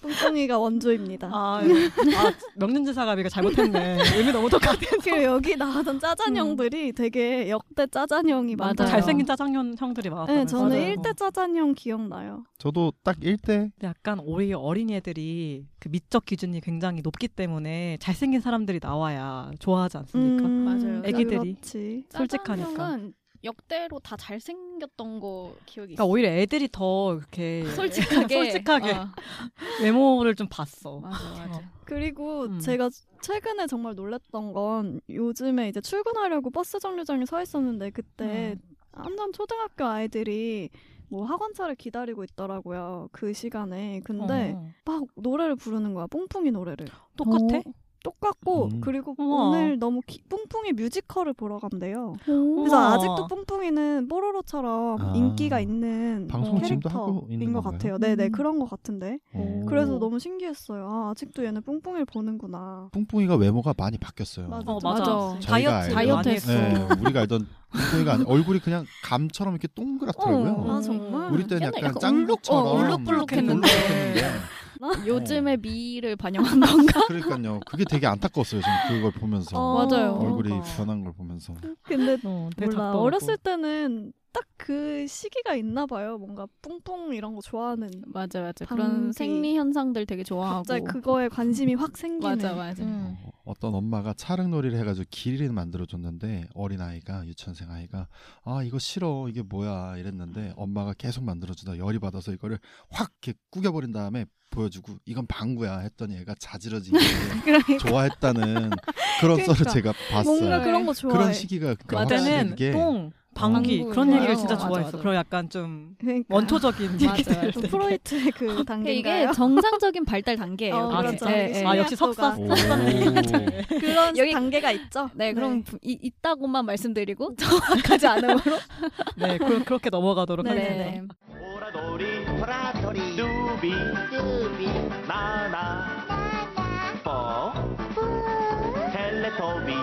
C: 뿡뿡이가 네. 원조입니다.
A: 아, 아 명륜진사 갈비가 잘못했네. 음이 너무 똑같아.
C: 그리고 여기 나왔던 짜잔형들이 되게 역대 짜잔형이
B: 맞아요.
C: 많아요.
A: 음. 잘생긴 짜장면 형들이 많았다.
C: 네, 저는
B: 맞아요.
C: 일 1대 짜잔형 기억나요.
D: 저도 딱 1대
A: 약간 오히려 어린이애들이 그 미적 기준이 굉장히 높기 때문에 잘생긴 사람들이 나와야 좋아하지 않습니까?
B: 맞아요.
A: 그러니까. 애기들이.
C: 음, 네, 그렇지.
A: 솔직하니까.
B: 짜장면은 역대로 다 잘생겼던 거 기억이
A: 그러니까
B: 있어.
A: 오히려 애들이 더 이렇게
B: 솔직하게
A: 솔직하게.
B: 어,
A: 외모를 좀 봤어.
B: 맞아 맞아.
C: 그리고
A: 음.
C: 제가 최근에 정말 놀랬던 건 요즘에 이제 출근하려고 버스 정류장에 서 있었는데 그때
A: 음.
C: 한참 초등학교 아이들이 뭐 학원차를 기다리고 있더라고요. 그 시간에. 근데
A: 어.
C: 막 노래를 부르는 거야. 뿡뿡이 노래를.
A: 똑같아?
B: 어,
C: 똑같고
D: 음.
C: 그리고
A: 우와.
C: 오늘 너무 기- 뿡뿡이 뮤지컬을 보러 간대요.
B: 오.
C: 그래서
A: 우와.
C: 아직도 뿡뿡이는 뽀로로처럼
D: 아.
C: 인기가 있는
D: 방송 지금도 하고
C: 캐릭터인
D: 있는
C: 것
D: 건가요?
C: 같아요. 네네
B: 음.
C: 그런 것 같은데
D: 어.
C: 그래서 너무 신기했어요. 아, 아직도 얘는 뿡뿡이를 보는구나.
D: 뿡뿡이가 외모가 많이 바뀌었어요.
C: 맞아.
A: 어,
C: 좀
A: 맞아.
B: 맞아.
D: 저희가
A: 다이어트,
D: 알던-
A: 많이
B: 다이어트
A: 했어.
B: 했어.
D: 네, 우리가 알던 뿡뿡이가 아니 얼굴이 그냥 감처럼 이렇게 동그랗더라고요.
B: 어.
C: 아 정말
D: 우리 때는
B: 옛날에
D: 약간
B: 약간
D: 짱구처럼 네.
B: 울룩- 어, 울룩불룩했는데.
D: 울룩불룩했는데.
B: 요즘의 미를 반영한 건가?
D: 그러니까요. 그게 되게 안타까웠어요. 저는 그걸 보면서
B: 어. 맞아요.
D: 얼굴이
A: 그러니까.
D: 변한 걸 보면서.
C: 근데
A: 어, 되게
C: 몰라
A: 작더라고.
C: 어렸을 때는 딱 그 시기가 있나 봐요. 뭔가 뿡뿡 이런 거 좋아하는
B: 맞아 맞아.
C: 방귀.
B: 그런 생리 현상들 되게 좋아하고.
C: 갑자기 그거에 관심이 확 생기는
B: 맞아 맞아.
A: 음.
D: 어, 어떤 엄마가 차릉놀이를 해가지고 길이를 만들어줬는데 어린 아이가 유치원생 아이가 아 이거 싫어 이게 뭐야 이랬는데 엄마가 계속 만들어주다 열이 받아서 이거를 확 이렇게 구겨버린 다음에 보여주고 이건 방구야 했더니 애가 자지러지게
C: 그러니까
D: 좋아했다는 그런 썰을
C: 그러니까.
D: 제가 봤어요.
C: 뭔가 그런 거 좋아해.
D: 그런 시기가 그러니까 확실히
A: 그때는
D: 그게
A: 똥, 방귀
B: 어.
A: 그런 얘기를 진짜
B: 맞아,
A: 좋아했어.
B: 맞아.
A: 그런 약간 좀
C: 그러니까.
A: 원초적인
B: 맞아,
A: 얘기들. 네.
B: 맞아.
C: 또 프로이트의 그
B: 그러니까
C: 단계인가요?
B: 이게 정상적인 발달 단계예요.
C: 어,
A: 아,
B: 그게.
A: 그렇죠.
B: 예, 예.
A: 아 역시 석사
D: 오.
A: 석사는
C: 그러니까 그런
B: 여기-
C: 단계가 있죠.
B: 네, 음. 그럼 부- 이, 있다고만 말씀드리고 정확하지 않음으로.
A: 네 그, 그렇게 넘어가도록
C: 네,
A: 하겠습니다.
C: 네.
F: 오라돌이 토라돌이 두비 두비 나나 나나 뽀 텔레토비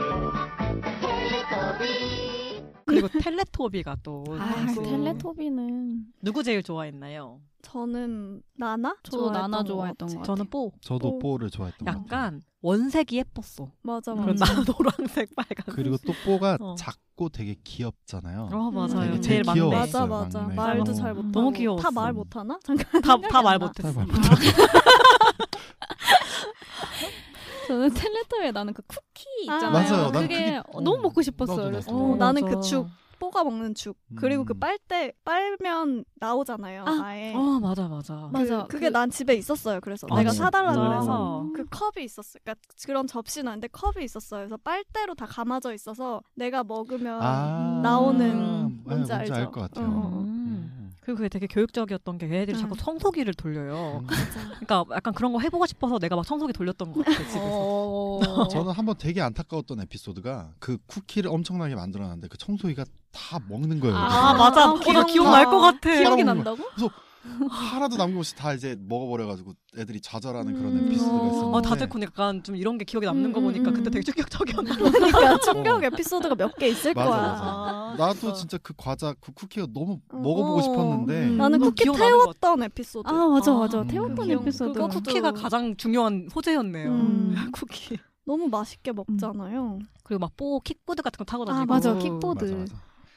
A: 그리고 텔레토비가 또
D: 뭐
C: 아,
B: 그
A: 또
B: 텔레토비는
A: 누구 제일 좋아했나요?
C: 저는 나나?
B: 저도 나나
C: 좋아했던 것
B: 좋아했던 것 같아요.
A: 저는 뽀.
D: 저도
C: 오.
D: 뽀를 좋아했던 것 같아요.
A: 약간 원색이 예뻤어.
C: 맞아
A: 그런
C: 맞아.
A: 나 노란색 빨간색.
D: 그렇죠. 그리고 또 뽀가
A: 어.
D: 작고 되게 귀엽잖아요.
A: 어 맞아요.
D: 되게
A: 제일
D: 귀여워.
A: 막내.
C: 음. 맞아 맞아.
D: 막내.
C: 말도
D: 어.
C: 잘 못하고
A: 너무 귀여웠어.
C: 다말 못하나? 잠깐 생각이 안
A: 다다말
C: 나.
A: 못했어.
D: 다말
B: 저는 텔레토에 나는 그 쿠키
C: 아,
B: 있잖아요.
D: 맞아요. 난
B: 그게
D: 그게-
B: 너무 먹고
D: 나도,
B: 싶었어요. 그래서
D: 나도.
C: 어, 나는 그 죽.
A: 주
C: 뽀가 먹는 죽
D: 음.
C: 그리고 그 빨대 빨면 나오잖아요.
B: 아,
C: 아, 예
A: 어 맞아 맞아.
B: 맞- 맞아.
C: 그, 게
B: 그-
C: 난 집에 있었어요. 그래서
D: 아,
C: 내가
D: 진짜?
C: 사달라
D: 아.
C: 그래서
A: 음.
C: 그 컵이 있었어. 그러니까 그런 접시는 아닌데 컵이 있었어요. 그래서 빨대로 다 감아져 있어서 내가 먹으면
D: 아,
C: 나오는 뭔지
D: 네,
C: 알죠?
D: 알것 같아요.
C: 어, 어.
A: 음.
D: 음.
A: 그리고 그게 되게 교육적이었던 게 얘네들이
C: 음.
A: 자꾸 청소기를 돌려요.
D: 음.
A: 그러니까 약간 그런 거 해보고 싶어서 내가 막 청소기 돌렸던 것 같아 집에서.
B: 어...
D: 저는 한번 되게 안타까웠던 에피소드가 그 쿠키를 엄청나게 만들어놨는데 그 청소기가 다 먹는 거예요.
A: 아,
B: 아,
A: 맞아.
C: 아,
A: 이거
C: 기억나.
A: 기억날 것 같아.
D: 기억-
B: 기억이 난다고?
D: 어. 하나도 남김없이 다 이제 먹어버려가지고 애들이 좌절하는 그런
C: 음.
D: 에피소드가 있었는데
A: 아 다들 보니까 약간 좀 이런 게 기억에 남는 거
C: 음,
A: 보니까
C: 음,
A: 그때
C: 음.
A: 되게 충격적이었나 봐.
C: 그러니까 충격 에피소드가 몇 개 있을
D: 어. 맞아,
C: 거야.
D: 맞아. 나도 진짜 그 과자 그 쿠키가 너무 먹어보고
C: 어.
D: 싶었는데
A: 음.
C: 나는
A: 너
C: 쿠키
A: 기억 안 하는 것 같아.
C: 태웠던 에피소드.
B: 아 맞아
A: 아,
B: 맞아
D: 음.
B: 태웠던
D: 기억-
B: 에피소드
A: 그 쿠키가 가장 중요한 소재였네요.
C: 음.
A: 쿠키.
C: 너무 맛있게
A: 음.
C: 먹잖아요.
A: 그리고 막 뽀 킥보드 같은 거 타고 다니고.
B: 아 맞아 킥보드
D: 맞아 맞아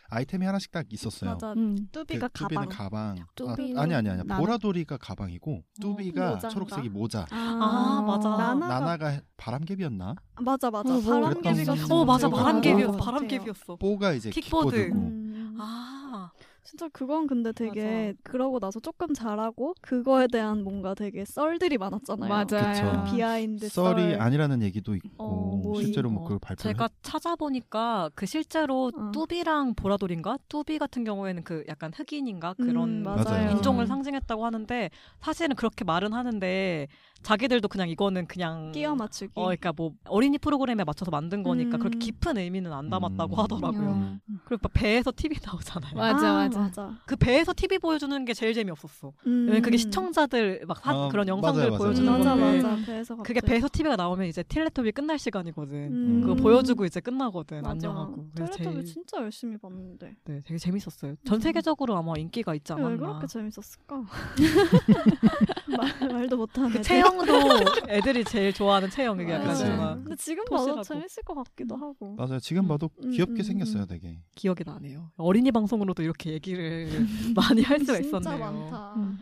D: 아이템이 하나씩 딱 있었어요.
C: 맞아.
B: 음.
C: 뚜비가
D: 그 뚜비는
C: 가방.
D: 가방.
B: 뚜비는
D: 아, 아니 아니 아니
B: 나나.
D: 보라돌이가 가방이고 뚜비가
C: 모자인가?
D: 초록색이 모자.
A: 아, 맞아.
C: 나나가
D: 나나가 해- 바람개비였나?
C: 아, 맞아 맞아.
B: 어, 뭐,
C: 바람개비
D: 그랬던
C: 같은
A: 어 맞아
D: 거.
A: 바람개비였어.
C: 것 같아요.
A: 바람개비였어.
D: 뽀가 이제
A: 킥보드.
D: 킥보드고.
C: 음.
A: 아
C: 진짜 그건 근데 되게 그러고 나서 조금 잘하고 그거에 대한 뭔가 되게 썰들이 많았잖아요.
B: 맞아요 음.
D: 그쵸.
C: 비하인드
D: 썰이
C: 썰.
D: 아니라는 얘기도 있고
C: 어, 뭐
D: 실제로
A: 이-
D: 뭐 그걸
A: 어,
D: 발표를
A: 제가 찾아보니까 그 실제로
C: 어.
A: 뚜비랑 보라돌인가 뚜비 같은 경우에는 그 약간 흑인인가
C: 음,
A: 그런
C: 맞아요.
D: 맞아요.
A: 인종을
D: 음.
A: 상징했다고 하는데 사실은 그렇게 말은 하는데 자기들도 그냥 이거는 그냥
C: 끼워 맞추기. 아,
A: 어, 그러니까 뭐 어린이 프로그램에 맞춰서 만든 거니까
C: 음.
A: 그렇게 깊은 의미는 안 담았다고
D: 음.
A: 하더라고요.
D: 음.
A: 그리고 막 배에서 TV 나오잖아요.
B: 맞- 맞아, 맞아.
A: 그 배에서 TV 보여주는 게 제일 재미없었어. 왜냐면 그게 시청자들 막 사-
D: 아,
A: 그런
D: 맞아요,
A: 영상들
D: 맞아요.
A: 보여주는
C: 음. 맞아
A: 건데
C: 맞아. 배에서
A: 그게
C: 갑자기.
A: 배에서 TV가 나오면 이제 텔레토비 끝날 시간이거든.
C: 음.
A: 그거 보여주고 이제 끝나거든
C: 맞아.
A: 안녕하고 그래서
C: 텔레토비
A: 제일
C: 진짜 열심히 봤는데
A: 네, 되게 재밌었어요. 전 세계적으로 아마 인기가 있지
C: 왜
A: 않았나.
C: 그렇게 재밌었을까? 말, 말도 못하는
A: 그
C: 애들.
A: 체형도 애들이 제일 좋아하는 체형 이게 약간
D: 맞아.
A: 좀
D: 정말.
C: 근데 지금
A: 토실하고.
C: 봐도 재밌을 것 같기도 하고.
D: 맞아요. 지금 봐도
C: 음,
D: 귀엽게
C: 음,
D: 생겼어요, 되게.
A: 기억이 나네요. 어린이 방송으로도 이렇게 얘기를 많이 할 수가 있었네요.
C: 진짜 많다.
B: 음.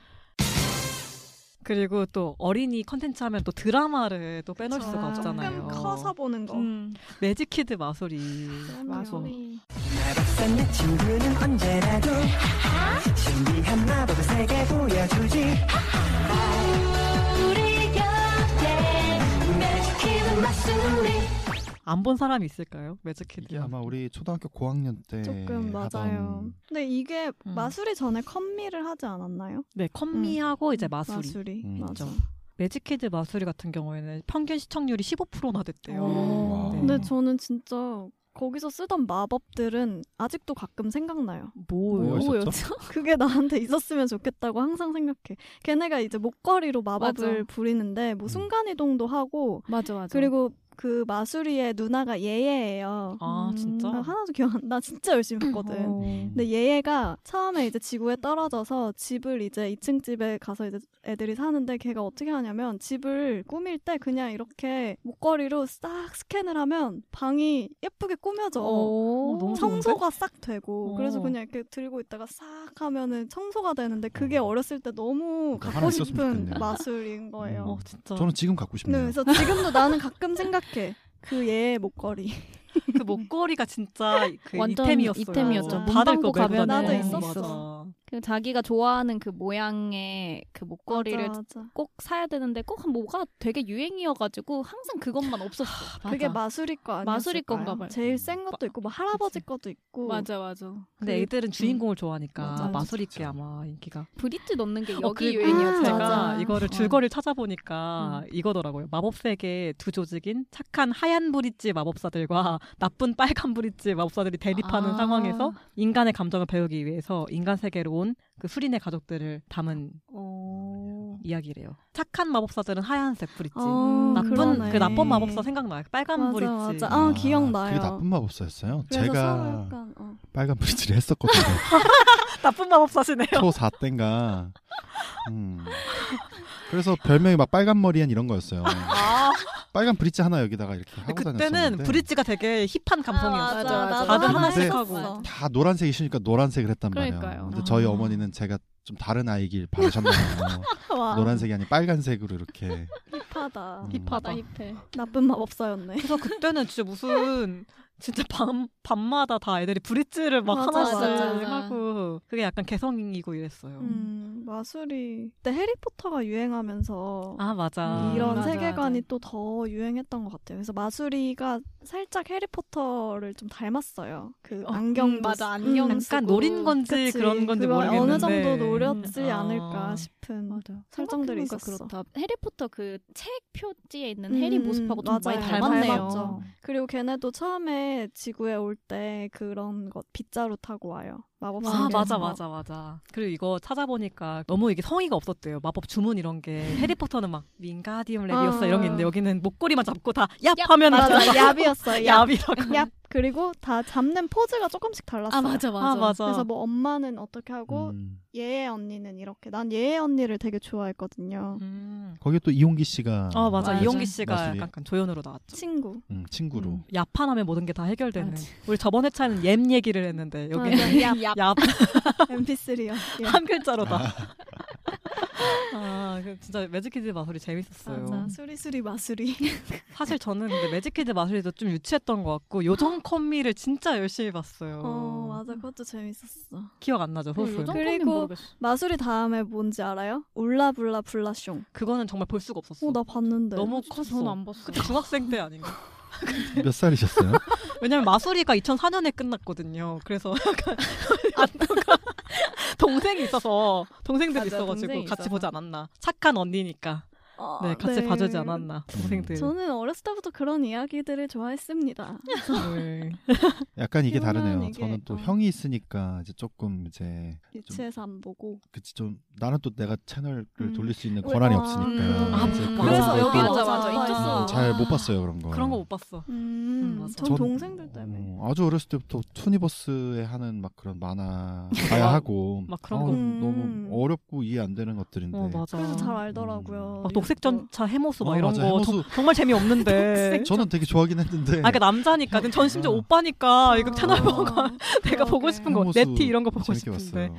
A: 그리고 또 어린이 컨텐츠 하면 또 드라마를 또 빼놓을
C: 그쵸.
A: 수가 없잖아요.
C: 조금 커서 보는 거.
B: 음.
A: 매직키드 마술이 뭐
C: 맞아.
A: 그래서
G: 박사내 친구는 언제라도 신비한 마법을 세계 보여주지
E: 우리 곁에 매직히는 마술이
A: 안 본 사람이 있을까요?
D: 이게
A: 매직키드.
D: 아마 우리 초등학교 고학년 때
C: 조금 맞아요.
D: 네, 하던
C: 근데 이게
A: 음.
C: 마술이 전에 컨미를 하지 않았나요?
A: 네, 컨미하고 이제 마술이.
C: 마술이
D: 음.
C: 맞아.
A: 있죠. 매직키드 마수리 같은 경우에는 평균 시청률이 15%나 됐대요.
C: 어.
A: 네.
C: 근데 저는 진짜 거기서 쓰던 마법들은 아직도 가끔 생각나요.
A: 뭐요?
D: 뭐였죠?
C: 그게 나한테 있었으면 좋겠다고 항상 생각해. 걔네가 이제 목걸이로 마법을
B: 맞아.
C: 부리는데
D: 음.
C: 뭐 순간 이동도 하고
B: 맞아 맞아.
C: 그리고 그 마수리의 누나가 예예예요.
A: 아 진짜?
C: 아, 하나도 기억 안 나. 진짜 열심히 봤거든. 어. 근데 얘가 처음에 이제 지구에 떨어져서 집을 이제 2층 집에 가서 이제 애들이 사는데 걔가 어떻게 하냐면 집을 꾸밀 때 그냥 이렇게 목걸이로 싹 스캔을 하면 방이 예쁘게 꾸며져.
B: 오.
A: 어, 너무
C: 청소가 싹 되고
A: 어.
C: 그래서 그냥 이렇게 들고 있다가 싹 하면은 청소가 되는데 그게 어렸을 때 너무
D: 그거
C: 갖고
D: 하나 있었으면
C: 싶은
D: 좋겠네요.
C: 마술인 거예요.
A: 어 진짜
D: 음. 저는 지금 갖고
C: 네,
D: 싶네요.
C: 그래서 지금도 나는 가끔 생각해 그 얘의 목걸이.
A: 그 목걸이가 진짜 그
B: 완전
A: 이템이었어요.
B: 이템이었죠.
A: 다들
B: 문방구
A: 그거 메고
B: 가면은
A: 다니고.
C: 나도
A: 맞아.
C: 있었어.
B: 그 자기가 좋아하는 그 모양의 그 목걸이를
C: 맞아, 맞아.
B: 꼭 사야 되는데 꼭 뭐가 되게 유행이어가지고 항상 그것만 없었어.
C: 그게 마술이 거 아니었을까요?
B: 마술이 건가 봐요.
C: 제일 센 것도 있고 뭐 할아버지
A: 그치.
C: 것도 있고
B: 맞아 맞아.
A: 근데 애들은 주인공을 좋아하니까
C: 맞아.
A: 마술이 게
D: 맞아.
A: 아마 인기가.
B: 브릿지 넣는 게 여기
A: 어, 그리고
B: 유행이었잖아.
A: 제가
C: 맞아.
A: 이거를
B: 어.
A: 줄거리를 찾아보니까 이거더라고요. 마법 세계 두 조직인 착한 하얀 브릿지 마법사들과 나쁜 빨간 브릿지 마법사들이 대립하는
B: 아.
A: 상황에서 인간의 감정을 배우기 위해서 인간 세계로 온 그 수린의 가족들을 담은
B: 어.
A: 이야기래요. 착한 마법사들은 하얀색 브릿지.
C: 어,
A: 나쁜
C: 그러네.
A: 그 나쁜 마법사 생각나요. 빨간
C: 맞아,
A: 브릿지.
C: 맞아. 아, 기억나요.
D: 그게 나쁜 마법사였어요.
C: 그래서
D: 제가
C: 서로 약간 어.
D: 빨간 브릿지를 했었거든요.
A: 나쁜 마법사시네요.
D: 초4 땐가. 음. 그래서 별명이 막 빨간 머리엔 이런 거였어요. 빨간 브릿지 하나 여기다가 이렇게 하고
A: 아. 그때는
D: 다녔었는데
A: 브릿지가 되게 힙한 감성이었어요.
B: 맞아, 맞아.
A: 다들
D: 하나
A: 하나씩
D: 했었어.
A: 하고.
D: 다 노란색 이시니까 노란색을 했단
B: 그러니까요.
D: 말이에요. 근데 저희
A: 아.
D: 어머니는 제가 좀 다른 아이길 바라셨나요?
C: 와,
D: 노란색이 아닌 빨간색으로 이렇게.
C: 힙하다.
D: 음.
A: 힙하다.
B: 힙해.
C: 나쁜 마법사였네.
A: 그래서 그때는 진짜 무슨 진짜 밤 밤마다 다 애들이 브릿지를 막
C: 맞아,
A: 하나씩
B: 맞아.
A: 하고 그게 약간 개성이고 이랬어요.
C: 음, 마술이 그때 해리포터가 유행하면서
A: 아 맞아.
D: 음.
C: 이런
B: 맞아,
C: 세계관이 또 더 유행했던 것 같아요. 그래서 마술이가 살짝 해리포터를 좀 닮았어요. 그
B: 음,
C: 안경도
B: 맞아,
C: 쓰-
B: 안경
C: 음,
A: 약간
B: 쓰고.
A: 노린 건지
C: 그치.
A: 그런 건지
C: 그걸
A: 모르겠는데
C: 어느 정도 노렸지
A: 음.
C: 않을까
A: 아.
C: 싶은
B: 맞아.
C: 설정들이
B: 생각해보니까
C: 있었어.
B: 그렇다. 해리포터 그 책 표지에 있는
C: 음,
B: 해리 모습하고 좀
C: 맞아요.
B: 많이 닮았네요.
C: 닮았죠. 그리고 걔네도 처음에 지구에 올 때 그런 것 빗자루 타고 와요. 마법사.
A: 아 맞아
C: 어.
A: 맞아 맞아 그리고 이거 찾아보니까 너무 이게 성의가 없었대요 마법 주문 이런 게 해리포터는 막 윙가디움 레비오사
C: 아.
A: 이런 게 있는데 여기는 목걸이만 잡고 다 얍
B: 얍,
A: 하면
C: 맞아.
A: 진짜
C: 얍이었어. 얍.
A: 얍이라고
C: 얍. 그리고 다 잡는 포즈가 조금씩 달랐어요.
B: 아 맞아 맞아.
A: 아 맞아
C: 그래서 뭐 엄마는 어떻게 하고
D: 음.
C: 예의 언니는 이렇게. 난 예의 언니를 되게 좋아했거든요.
A: 음.
D: 거기에 또 이용기 씨가
A: 아 맞아,
B: 맞아.
A: 이용기 씨가
D: 마술이.
A: 약간 조연으로 나왔죠
C: 친구.
D: 음, 친구로.
A: 음, 얍하면 모든 게 다 해결되는
B: 맞아.
A: 우리 저번 회차는 엠 얘기를 했는데 여기
C: 맞아. 얍.
B: 야,
A: 얍
B: 음,
A: 한
C: MP3요. 예.
A: 글자로다 아 그 진짜 매직키즈 마술이 재밌었어요
C: 맞아. 수리수리 마수리.
A: 사실 저는 근데 매직키즈 마술이도 좀 유치했던 것 같고 요정 컴미를 진짜 열심히 봤어요
C: 어, 맞아. 그것도 재밌었어.
A: 기억 안 나죠 호수
B: 요정
C: 그리고-
B: 그리고 모르겠어.
C: 마수리 다음에 뭔지 알아요? 울라불라 불라숑.
A: 그거는 정말 볼 수가 없었어.
C: 어, 나 봤는데.
A: 너무 컸어.
B: 저는 안 봤어.
A: 그때 중학생 때 아닌가?
D: 몇 살이셨어요?
A: 왜냐면 마술이가 2004년에 끝났거든요. 그래서 약간 안도가 동생이 있어서 동생들이
B: 맞아,
A: 있어가지고
B: 동생이
A: 같이
B: 있어서. 아,
A: 보지 않았나. 착한 언니니까
C: 어,
A: 네 같이
C: 네.
A: 봐주지 않았나 동생들.
C: 저는 어렸을 때부터 그런 이야기들을 좋아했습니다.
A: 네.
D: 약간 이게
C: 그러면
D: 다르네요.
C: 이게,
D: 저는 또
C: 어.
D: 형이 있으니까 이제 조금 이제
C: 유치해서 안 보고.
D: 그치 좀 나는 또 내가 채널을
C: 음.
D: 돌릴 수 있는
C: 왜-
D: 권한이
C: 아,
D: 없으니까
C: 음.
A: 아,
D: 이제
A: 맞아.
D: 그런
A: 그래서
D: 것도
A: 여기
B: 맞아 맞아.
C: 맞아.
B: 잊었어.
D: 음, 잘못 봤어요 그런 거.
A: 그런 거 못 봤어. 음,
C: 음,
A: 맞아.
C: 전
D: 전-
C: 동생들 때문에.
D: 어, 아주 어렸을 때부터 투니버스에 하는 막 그런 만화 봐야 하고
A: 막 그런
D: 어,
A: 거.
C: 음.
D: 너무 어렵고 이해 안 되는 것들인데
A: 어 맞아.
C: 그래서 잘 알더라고요.
A: 막 녹색 전차 해모수 막
D: 네. 어,
A: 이런
D: 맞아,
A: 거
D: 해모수.
A: 도- 정말 재미없는데.
D: 저는 네. 되게 좋아하긴 했는데
A: 아, 그러니까 남자니까. 근데 전 심지어
D: 아.
A: 오빠니까 이거
C: 아,
A: 채널 보고 내가 보고
B: 아,
C: 그러게.
A: 싶은 거,
D: 어. 해모수
A: 네티 이런 거 보고
D: 재밌게
A: 싶은데.
D: 봤어요.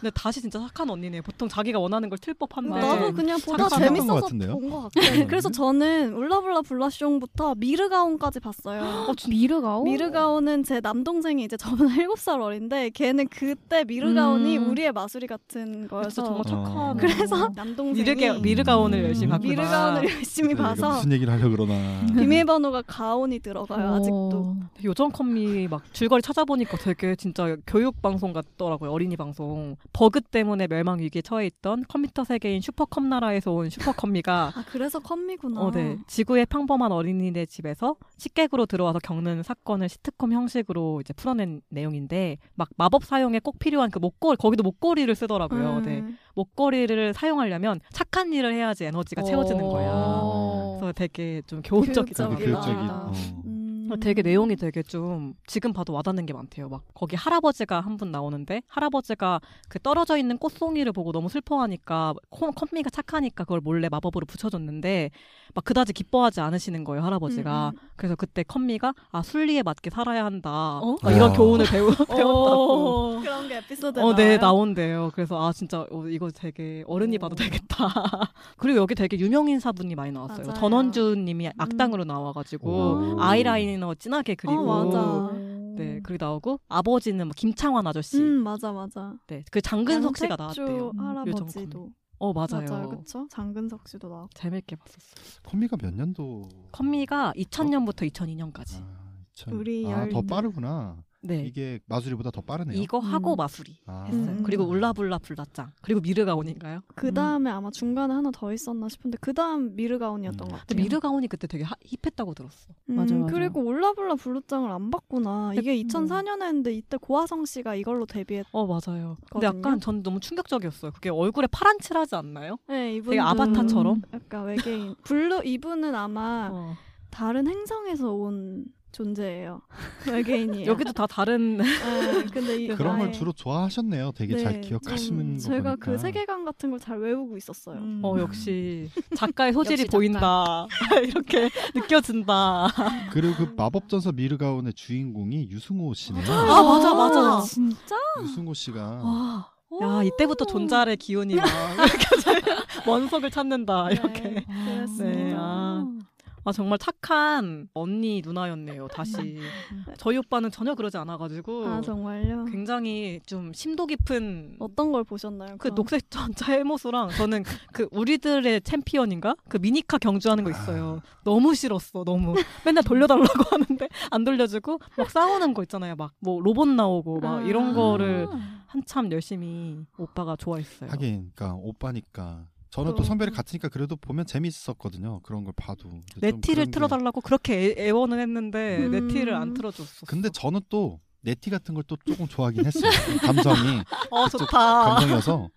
A: 근데 다시 진짜 착한 언니네. 보통 자기가 원하는 걸 틀 법한데.
C: 음. 나도 그냥 보다
A: 네. 잠깐
D: 봤던 것
C: 재밌어서
D: 같은데요?
C: 본 것
A: 네.
C: 같아. 그래서 저는 울라블라 블라숑부터 미르가온까지 봤어요.
B: 미르가오?
C: 미르가온은 제 남동생이 이제 저보다 7살 어린데 걔는 그때 미르가온이
B: 음.
C: 우리의 마술이 같은
A: 진짜
C: 거여서
A: 정말
D: 어.
A: 착한.
C: 그래서 남동생이
A: 음. 미르가, 미르가온을
D: 음.
A: 열심히 봤구나. 네,
C: 미르가온을 열심히
D: 내가
C: 봐서
D: 무슨 얘기를 하려 그러나
C: 비밀번호가 가온이 들어가요 아직도.
A: 요정 컴미 막 줄거리 찾아보니까 되게 진짜 교육 방송 같더라고요. 어린이 방송. 버그 때문에 멸망 위기에 처해 있던 컴퓨터 세계인 슈퍼컴 나라에서 온 슈퍼컴미가
C: 아 그래서 컴미구나.
A: 어, 네. 지구의 평범한 어린이네 집에서 식객으로 들어와서 겪는 사건을 시트콤 형식으로 이제 풀어낸 내용인데 막 마법 사용에 꼭 필요한 그 목걸이 거기도 목걸이를 쓰더라고요. 네.
C: 음.
A: 목걸이를 사용하려면 착한 일을 해야지 에너지가 채워지는 거야.
B: 어.
A: 그래서 되게 좀 교훈적이잖아.
D: 되게 교육적인.
C: 교육적이다.
D: 어.
C: 음.
A: 되게 내용이 되게 좀 지금 봐도 와닿는 게 많대요. 막 거기 할아버지가 한 분 나오는데 할아버지가 그 떨어져 있는 꽃송이를 보고 너무 슬퍼하니까 콤- 컴미가 착하니까 그걸 몰래 마법으로 붙여줬는데 막 그다지 기뻐하지 않으시는 거예요 할아버지가.
C: 음,
A: 그래서 그때 컴미가 아 순리에 맞게 살아야 한다.
B: 어?
A: 막 이런
D: 와.
A: 교훈을 배우, 배웠다고.
B: 어.
C: 그런 게 에피소드
A: 어, 네,
C: 나와요?
A: 나온대요. 그래서 아 진짜 어, 이거 되게 어른이
B: 오.
A: 봐도 되겠다. 그리고 여기 되게 유명 인사분이 많이 나왔어요.
C: 맞아요. 음.
A: 전원주님이 악당으로
D: 어.
A: 나와가지고
D: 오.
A: 아이라이너 진하게 그리고,
C: 어 맞아.
A: 네, 그리고 나오고 아버지는 뭐 김창완 아저씨,
C: 음 맞아 맞아.
A: 네, 그 장근석 씨가 나왔대요.
C: 양택조 할아버지도
A: 어 맞아요.
C: 맞아요, 그쵸? 장근석 씨도 나왔고.
A: 재밌게 봤었어요.
D: 컴미가 몇 년도?
A: 컴미가 2000년부터 2002년까지.
D: 어? 아, 참.
C: 우리
D: 아, 더
C: 열-
D: 빠르구나.
A: 네,
D: 이게 마수리보다 더 빠르네요.
A: 이거 하고
C: 음.
A: 마수리.
D: 아.
A: 했어요.
C: 음.
A: 그리고 울라불라 불라짱. 그리고 미르가온인가요?
C: 그 다음에 아마 중간에 하나 더 있었나 싶은데 그 다음 미르가온이었던
D: 음.
C: 것 같아요.
A: 근데 네, 미르가온이 그때 되게 하- 힙했다고 들었어.
C: 음,
B: 맞아, 맞아.
C: 그리고 올라블라 블루짱을 안 봤구나.
A: 네. 음.
C: 이게 2004년에 했는데 이때 고화성 씨가 이걸로 데뷔했.
A: 어 맞아요. 근데
C: 거든요?
A: 약간 전 너무 충격적이었어요. 그게 얼굴에 파란 칠하지 않나요?
C: 네, 이분
A: 되게 아바타처럼.
C: 약간 외계인. 블루 이분은 아마
A: 어.
C: 다른 행성에서 온 존재예요. 외계인이에요.
A: 여기도 다 다른
C: 네, 근데 이
D: 그런
C: 아예-
D: 걸 주로 좋아하셨네요. 되게 잘
C: 네,
D: 기억하시는
A: 음,
C: 좀
D: 거
C: 제가
D: 보니까.
C: 그 세계관 같은 걸 잘 외우고 있었어요. 네,
A: 어 역시 작가의 소질이
B: 역시 작가.
A: 보인다 이렇게 느껴진다.
D: 그리고 그 마법전사 미르가온의 주인공이 유승호 씨네요.
A: 아 맞아 맞아.
B: 진짜?
D: 유승호 씨가
A: 와. 야 이때부터 존잘의 기운이 막 이렇게 원석을 찾는다 아, 이렇게.
C: 음. 네, 그랬습니다.
A: 네, 아. 아 정말 착한 언니 누나였네요. 다시 저희 오빠는 전혀 그러지 않아가지고
C: 음. 아 정말요?
A: 그 굉장히 좀 심도 깊은
C: 어떤 걸 보셨나요?
A: 그
C: 그럼?
A: 녹색 전차 헬모스랑 저는 그 우리들의 챔피언인가 그 미니카 경주하는 거 있어요. 너무 싫었어, 너무. 맨날 돌려달라고 하는데 안 돌려주고 막 싸우는 거 있잖아요. 막 뭐 로봇 나오고 막
C: 아.
A: 이런 거를 한참 열심히 오빠가 좋아했어요.
D: 하긴 그러니까 오빠니까 저는 또
C: 또-
D: 성별이 같으니까 그래도 보면 재밌었거든요. 그런 걸 봐도. 근데
A: 내
D: 좀
A: 티를
D: 그런 게-
A: 틀어달라고 그렇게 애, 애원은 했는데 내
C: 음.
A: 티를 안 틀어줬어.
D: 근데 저는 또 네티 같은 걸 또 조금 좋아하긴 했어요. 감성이
A: 어 좋다.
D: 감성이어서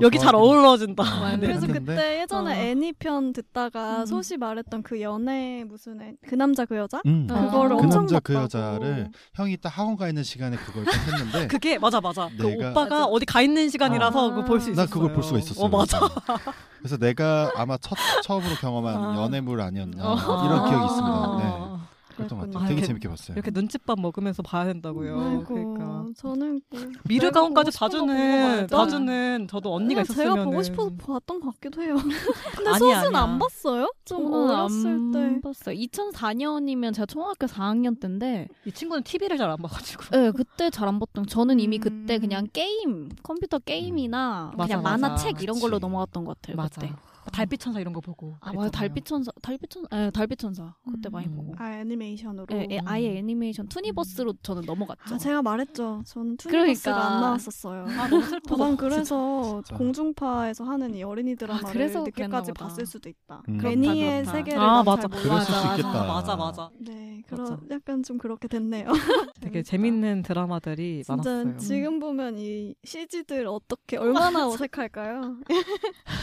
A: 여기 잘 어우러진다.
D: 아,
A: 네.
C: 그래서
D: 했는데.
C: 그때 예전에
B: 어.
C: 애니 편 듣다가
B: 음.
C: 소시 말했던 그 연애 무슨 애, 그 남자 그 여자
D: 음.
A: 네.
B: 아.
C: 그거를
B: 그
C: 엄청
D: 남자 그
C: 봤다고.
D: 여자를 형이 딱 학원 가 있는 시간에 그걸 딱 했는데
A: 그게 맞아 맞아. 그
D: 내가-
A: 오빠가
C: 맞아.
A: 어디 가 있는 시간이라서
C: 아.
A: 그걸 볼 수 있었어요.
D: 나 그걸 볼 수가 있었어요.
A: 어 맞아.
D: 그래서. 그래서 내가 아마 첫 처음으로 경험한
A: 아.
D: 연애물 아니었나
A: 아.
D: 이런 기억이 있습니다. 네. 그랬던 것 같아요.
A: 아,
D: 되게
A: 이렇게-
D: 재밌게 봤어요.
A: 이렇게 눈칫밥 먹으면서 봐야 된다고요.
C: 아이고
A: 그러니까
C: 저는 뭐
A: 미르가온까지
C: 내가 보고 싶은 거 보고
A: 봐주는
C: 봐야죠.
A: 봐주는 저도 언니가
C: 그냥
A: 있었으면
C: 제가 보고 싶어서 봤던 것 같기도 해요. 근데
A: 아니야,
C: 소시는
A: 아니야.
C: 안 봤어요? 좀 어렸을 때.
B: 봤어요. 2004년이면 제가 초등학교 4학년 때인데,
A: 이 친구는 TV를 잘 안 봐가지고
B: 네, 그때 잘 안 봤던. 저는 이미
C: 음.
B: 그때 그냥 게임, 컴퓨터 게임이나
A: 음. 맞아,
B: 그냥
A: 맞아.
B: 만화책 이런 걸로
D: 그치.
B: 넘어갔던 것 같아요. 그때.
A: 달빛 천사 이런 거 보고
B: 아, 맞아.
A: 그랬잖아요.
B: 달빛 천사, 달빛 천사, 예, 달빛 천사 그때 많이
A: 음. 어.
B: 보고.
C: 아 애니메이션으로.
B: 예, 예, 아예 애니메이션 투니버스로 저는 넘어갔죠.
C: 아 제가 말했죠. 저는 투니버스가
B: 그러니까.
C: 안 나왔었어요.
A: 아 너무 슬퍼.
C: 저는 그래서
D: 진짜.
C: 공중파에서 하는 이 어린이 드라마를
B: 그래서
C: 늦게까지
B: 그랬나 보다.
C: 봤을 수도 있다.
D: 음.
C: 애니의
B: 그렇다, 그렇다.
C: 세계를
A: 아
C: 난잘
A: 맞아.
C: 몰라서.
D: 그랬을 수
A: 맞아,
D: 있겠다.
A: 맞아 맞아.
C: 네, 그런
A: 맞아.
C: 약간 좀 그렇게 됐네요.
A: 되게 재밌는 드라마들이
C: 진짜
A: 많았어요.
C: 지금 보면 이 CG들 어떻게 얼마나 어색할까요? 진짜.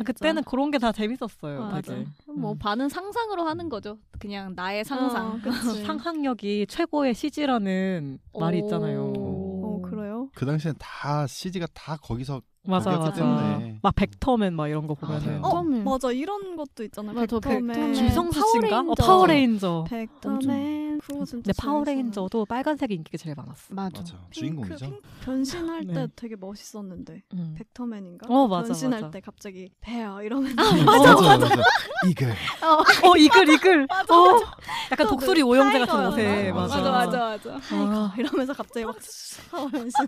A: 아, 그때는 그런 게 다 재밌었어요.
C: 맞아.
A: 되게.
B: 뭐
A: 음.
B: 반은 상상으로 하는 거죠. 그냥 나의
C: 어,
B: 상상.
C: 그치.
A: 상상력이 최고의 CG라는 어. 말이 있잖아요.
B: 오.
C: 어, 그래요?
D: 그 당시엔 다 CG가 다 거기서
A: 맞아
D: 그랬기
A: 맞아.
D: 때문에.
A: 막 벡터맨 막 이런 거 보면은
D: 맞아요. 네.
C: 어, 네,
B: 음.
A: 뭐
C: 맞아. 이런 것도 있잖아요.
B: 맞아,
C: 벡터맨.
A: 그
B: 벡터맨.
C: 주성-
A: 주성수 씨인가? 어, 파워레인저.
B: 파워레인저.
C: 네, 벡터맨. 그거 진짜
A: 근데 파워레인저도 빨간색이 인기가 제일
C: 음.
A: 많았어.
B: 맞아.
D: 맞아
C: 재밌어요.
D: 주인공이죠.
C: 핑크, 핑크 변신할 때
A: 네.
C: 되게 멋있었는데.
A: 음.
C: 벡터맨인가?
A: 어, 맞아,
C: 변신할
A: 맞아.
C: 때 갑자기 베어 이러면서
D: 맞아 맞아. 이글
A: 어 이글 이글. 어. 약간 독수리 오영재 같은
C: 타이거였나?
A: 옷에
D: 맞아.
A: 맞아.
C: 맞아 맞아 맞아.
A: 아.
C: 이러면서 갑자기 막 하고 변신.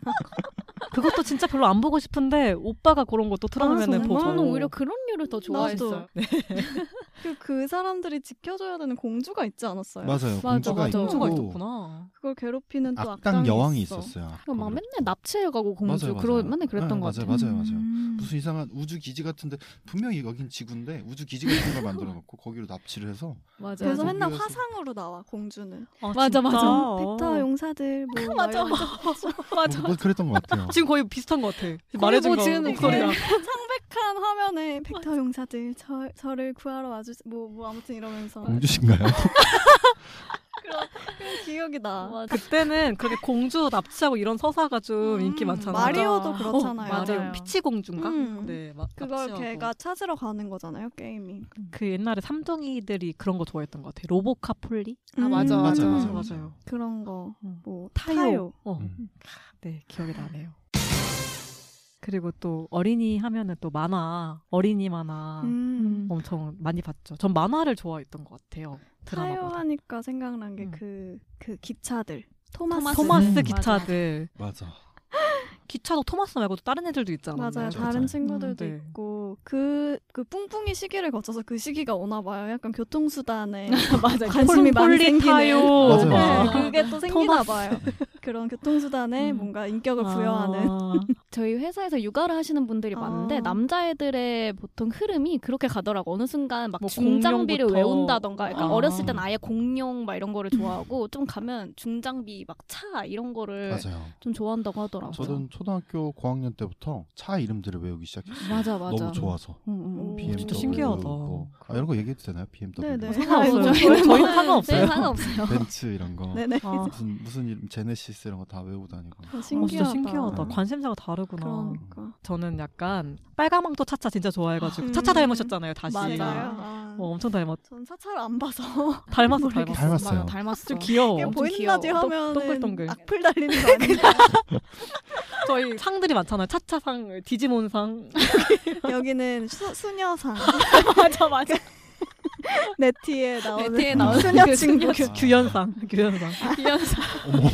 A: 그것도 진짜 별로 안 보고 싶은데 오빠가 그런 것도 틀어놓으면
C: 아, 정말?
A: 보고.
B: 저는 오히려 그런 토토리를 더 좋아했어요.
A: 네.
C: 그, 그 사람들이 지켜줘야 되는 공주가 있지 않았어요?
D: 맞아요.
B: 맞아,
D: 공주가
B: 맞아.
D: 있고
A: 공주가 있었구나.
C: 그걸 괴롭히는 또
D: 악당,
C: 악당이
D: 여왕이
C: 있어.
D: 있었어요.
B: 그막
D: 악당이.
B: 맨날 납치해 가고 공주
D: 맞아요, 맞아요.
B: 그런 맨날 그랬던
D: 네,
B: 것 같아요.
D: 맞아요, 맞아요, 맞아요.
B: 음.
D: 무슨 이상한 우주 기지 같은데 분명히 여긴 지구인데 우주 기지 같은 걸 만들어 놓고 거기로 납치를 해서
B: 맞아요.
C: 그래서 맨날
D: 거기에서.
C: 화상으로 나와 공주는
A: 아,
B: 맞아, 맞아.
A: 진짜?
C: 벡터 용사들 뭐
B: 맞아,
C: 막 이런
D: 뭐, 뭐 그랬던 것 같아요.
A: 지금 거의 비슷한 것 같아. 말해준
B: 뭐
A: 거
B: 지금
A: 목소리랑.
C: 창백한 화면에 벡터 용사들 저, 저를 구하러 와주세 뭐뭐 아무튼 이러면서
D: 공주신가요?
C: 기억이 나
A: 음.
B: 맞아.
A: 그때는 그렇게 공주 납치하고 이런 서사가 좀 인기
B: 음,
A: 많잖아요.
C: 마리오도
B: 맞아. 어,
C: 그렇잖아요
B: 맞아요.
A: 마리오 피치 공주인가?
C: 음.
A: 네, 마,
C: 그걸
A: 납치하고.
C: 걔가 찾으러 가는 거잖아요 게임이
A: 그 옛날에 삼둥이들이 그런 거 좋아했던 것 같아. 로보카폴리?
B: 아, 맞아,
C: 음,
B: 맞아.
D: 맞아요,
A: 맞아요.
D: 맞아요.
A: 맞아요.
C: 그런 거
A: 음.
C: 뭐 타요
A: 어,
D: 음.
A: 네 기억이 나네요. 그리고 또 어린이 하면은 또 만화, 어린이 만화
C: 음.
A: 엄청 많이 봤죠. 전 만화를 좋아했던 것 같아요.
C: 타요
A: 드라마보다.
C: 하니까 생각난
A: 음.
C: 게 그 그 기차들 토마스,
A: 토마스
D: 음.
A: 기차들.
D: 맞아.
A: 기차도 토마스 말고도 다른 애들도 있잖아요.
C: 맞아요.
D: 맞아요.
C: 다른
D: 맞아요.
C: 친구들도
A: 음, 네.
C: 있고 그, 그 뿡뿡이 시기를 거쳐서 그 시기가 오나 봐요. 약간 교통수단에
B: 맞아.
C: 관심이 많이
A: 폴리 타요.
C: 네,
D: 맞아요, 맞아요.
C: 그게 또 생기나
A: 토마스.
C: 봐요. 그런 교통수단에
A: 음.
C: 뭔가 인격을 부여하는
A: 아,
B: 저희 회사에서 육아를 하시는 분들이
C: 아.
B: 많은데 남자애들의 보통 흐름이 그렇게 가더라고 어느 순간 막
A: 뭐
B: 중장비를
A: 공룡부터.
B: 외운다던가 그러니까
A: 아.
B: 어렸을 땐 아예 공룡 막 이런 거를 좋아하고 좀 가면 중장비 막 차 이런 거를
D: 맞아요.
B: 좀 좋아한다고 하더라고요
D: 저는 초등학교 고학년 때부터 차 이름들을 외우기 시작했어요.
B: 맞아 맞아
D: 너무 좋아서.
A: 음, 음.
C: 오,
D: BMW
A: 진짜 신기하다.
D: 외우고. 아, 이런 거 얘기해도 되나요? BMW,
C: 네네.
A: 상관없어요.
C: 아이고,
A: 저희는
C: 저희-
A: 상관없어요.
B: 뭐 저희 상관없어요
D: 벤츠 이런 거.
C: 네네.
A: 아,
D: 무슨 무슨 이름 제네시스 이런 거 다 외우고 다니고.
C: 어,
A: 어, 진짜
C: 신기하다.
A: 신기하다. 관심사가 다르구나.
C: 그러니까.
A: 저는 약간 빨강망토 차차 진짜 좋아해가지고
C: 음.
A: 차차 닮으셨잖아요. 다시.
B: 맞아요.
C: 맞아요.
A: 어, 엄청 닮았.
C: 전 사찰 안 봐서
A: 닮았어, 닮았어.
C: 모르겠어요.
D: 닮았어요.
B: 맞아, 아, 닮았어
A: 좀 귀여워.
B: 엄청
C: 보이는 라디오
B: 귀여워.
C: 하면
A: 동글동글.
C: 악플 달리는 거 아니야?
A: 저희 상들이 많잖아요. 차차상, 디지몬상.
C: 여기는 수, 수녀상
B: 맞아 맞아
C: 네티에 나오는
B: 네티에 나오는
C: 수녀
B: 그
C: 친구
D: 아.
A: 규현상, 규현상.
B: 귀여워서
D: 어머,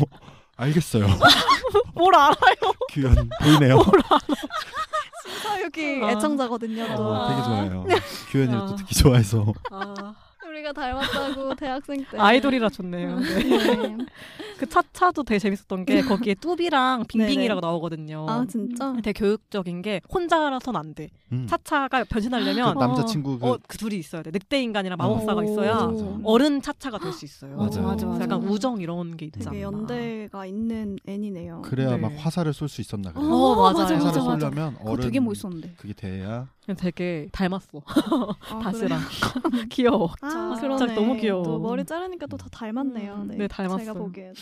D: 알겠어요.
A: 뭘 알아요?
D: 귀연 보이네요.
C: 여기
A: 아.
C: 애청자거든요. 또.
D: 어, 되게 좋아해요.
A: 아.
D: 규현이를 또 특히 좋아해서.
C: 우리가 닮았다고 대학생
B: 네.
C: 때
A: 아, 이돌이라 좋네요. 네.
C: 네.
A: 그 차차도 되게 재밌었던 게 거기에 뚜비랑 빙빙이라고 나오거든요.
C: 아 진짜
A: 되게 교육적인 게 혼자라선 안 돼.
D: 음.
A: 차차가
D: 그
C: 아.
A: 변신하려면
D: 남자친구 그
A: 어, 그 둘이 있어야 돼. 늑대 인간이랑 마법사가 있어야
D: 맞아, 맞아.
A: 어른 차차가 될 수 있어요.
D: 맞아, 맞아,
A: 그래서
B: 맞아.
A: 약간 우정 이런 게 있지 않나.
C: 되게 연대가 있는 애니네요.
D: 그래야
A: 네.
D: 막 화살을 쏠 수 있었나 그래.
A: 어, 맞아요.
D: 화살을
A: 맞아, 맞아.
D: 쏠려면
B: 그거
D: 어른
B: 되게 멋있었는데
D: 그게 돼야
A: 그냥 되게 닮았어.
C: 아,
A: 다시랑 귀여워.
C: 아,
B: 진짜
C: 그러네.
A: 너무 귀여워.
C: 또 머리 자르니까 또 더 닮았네요.
B: 음.
C: 네,
A: 네, 닮았어요.
C: 제가 보기에도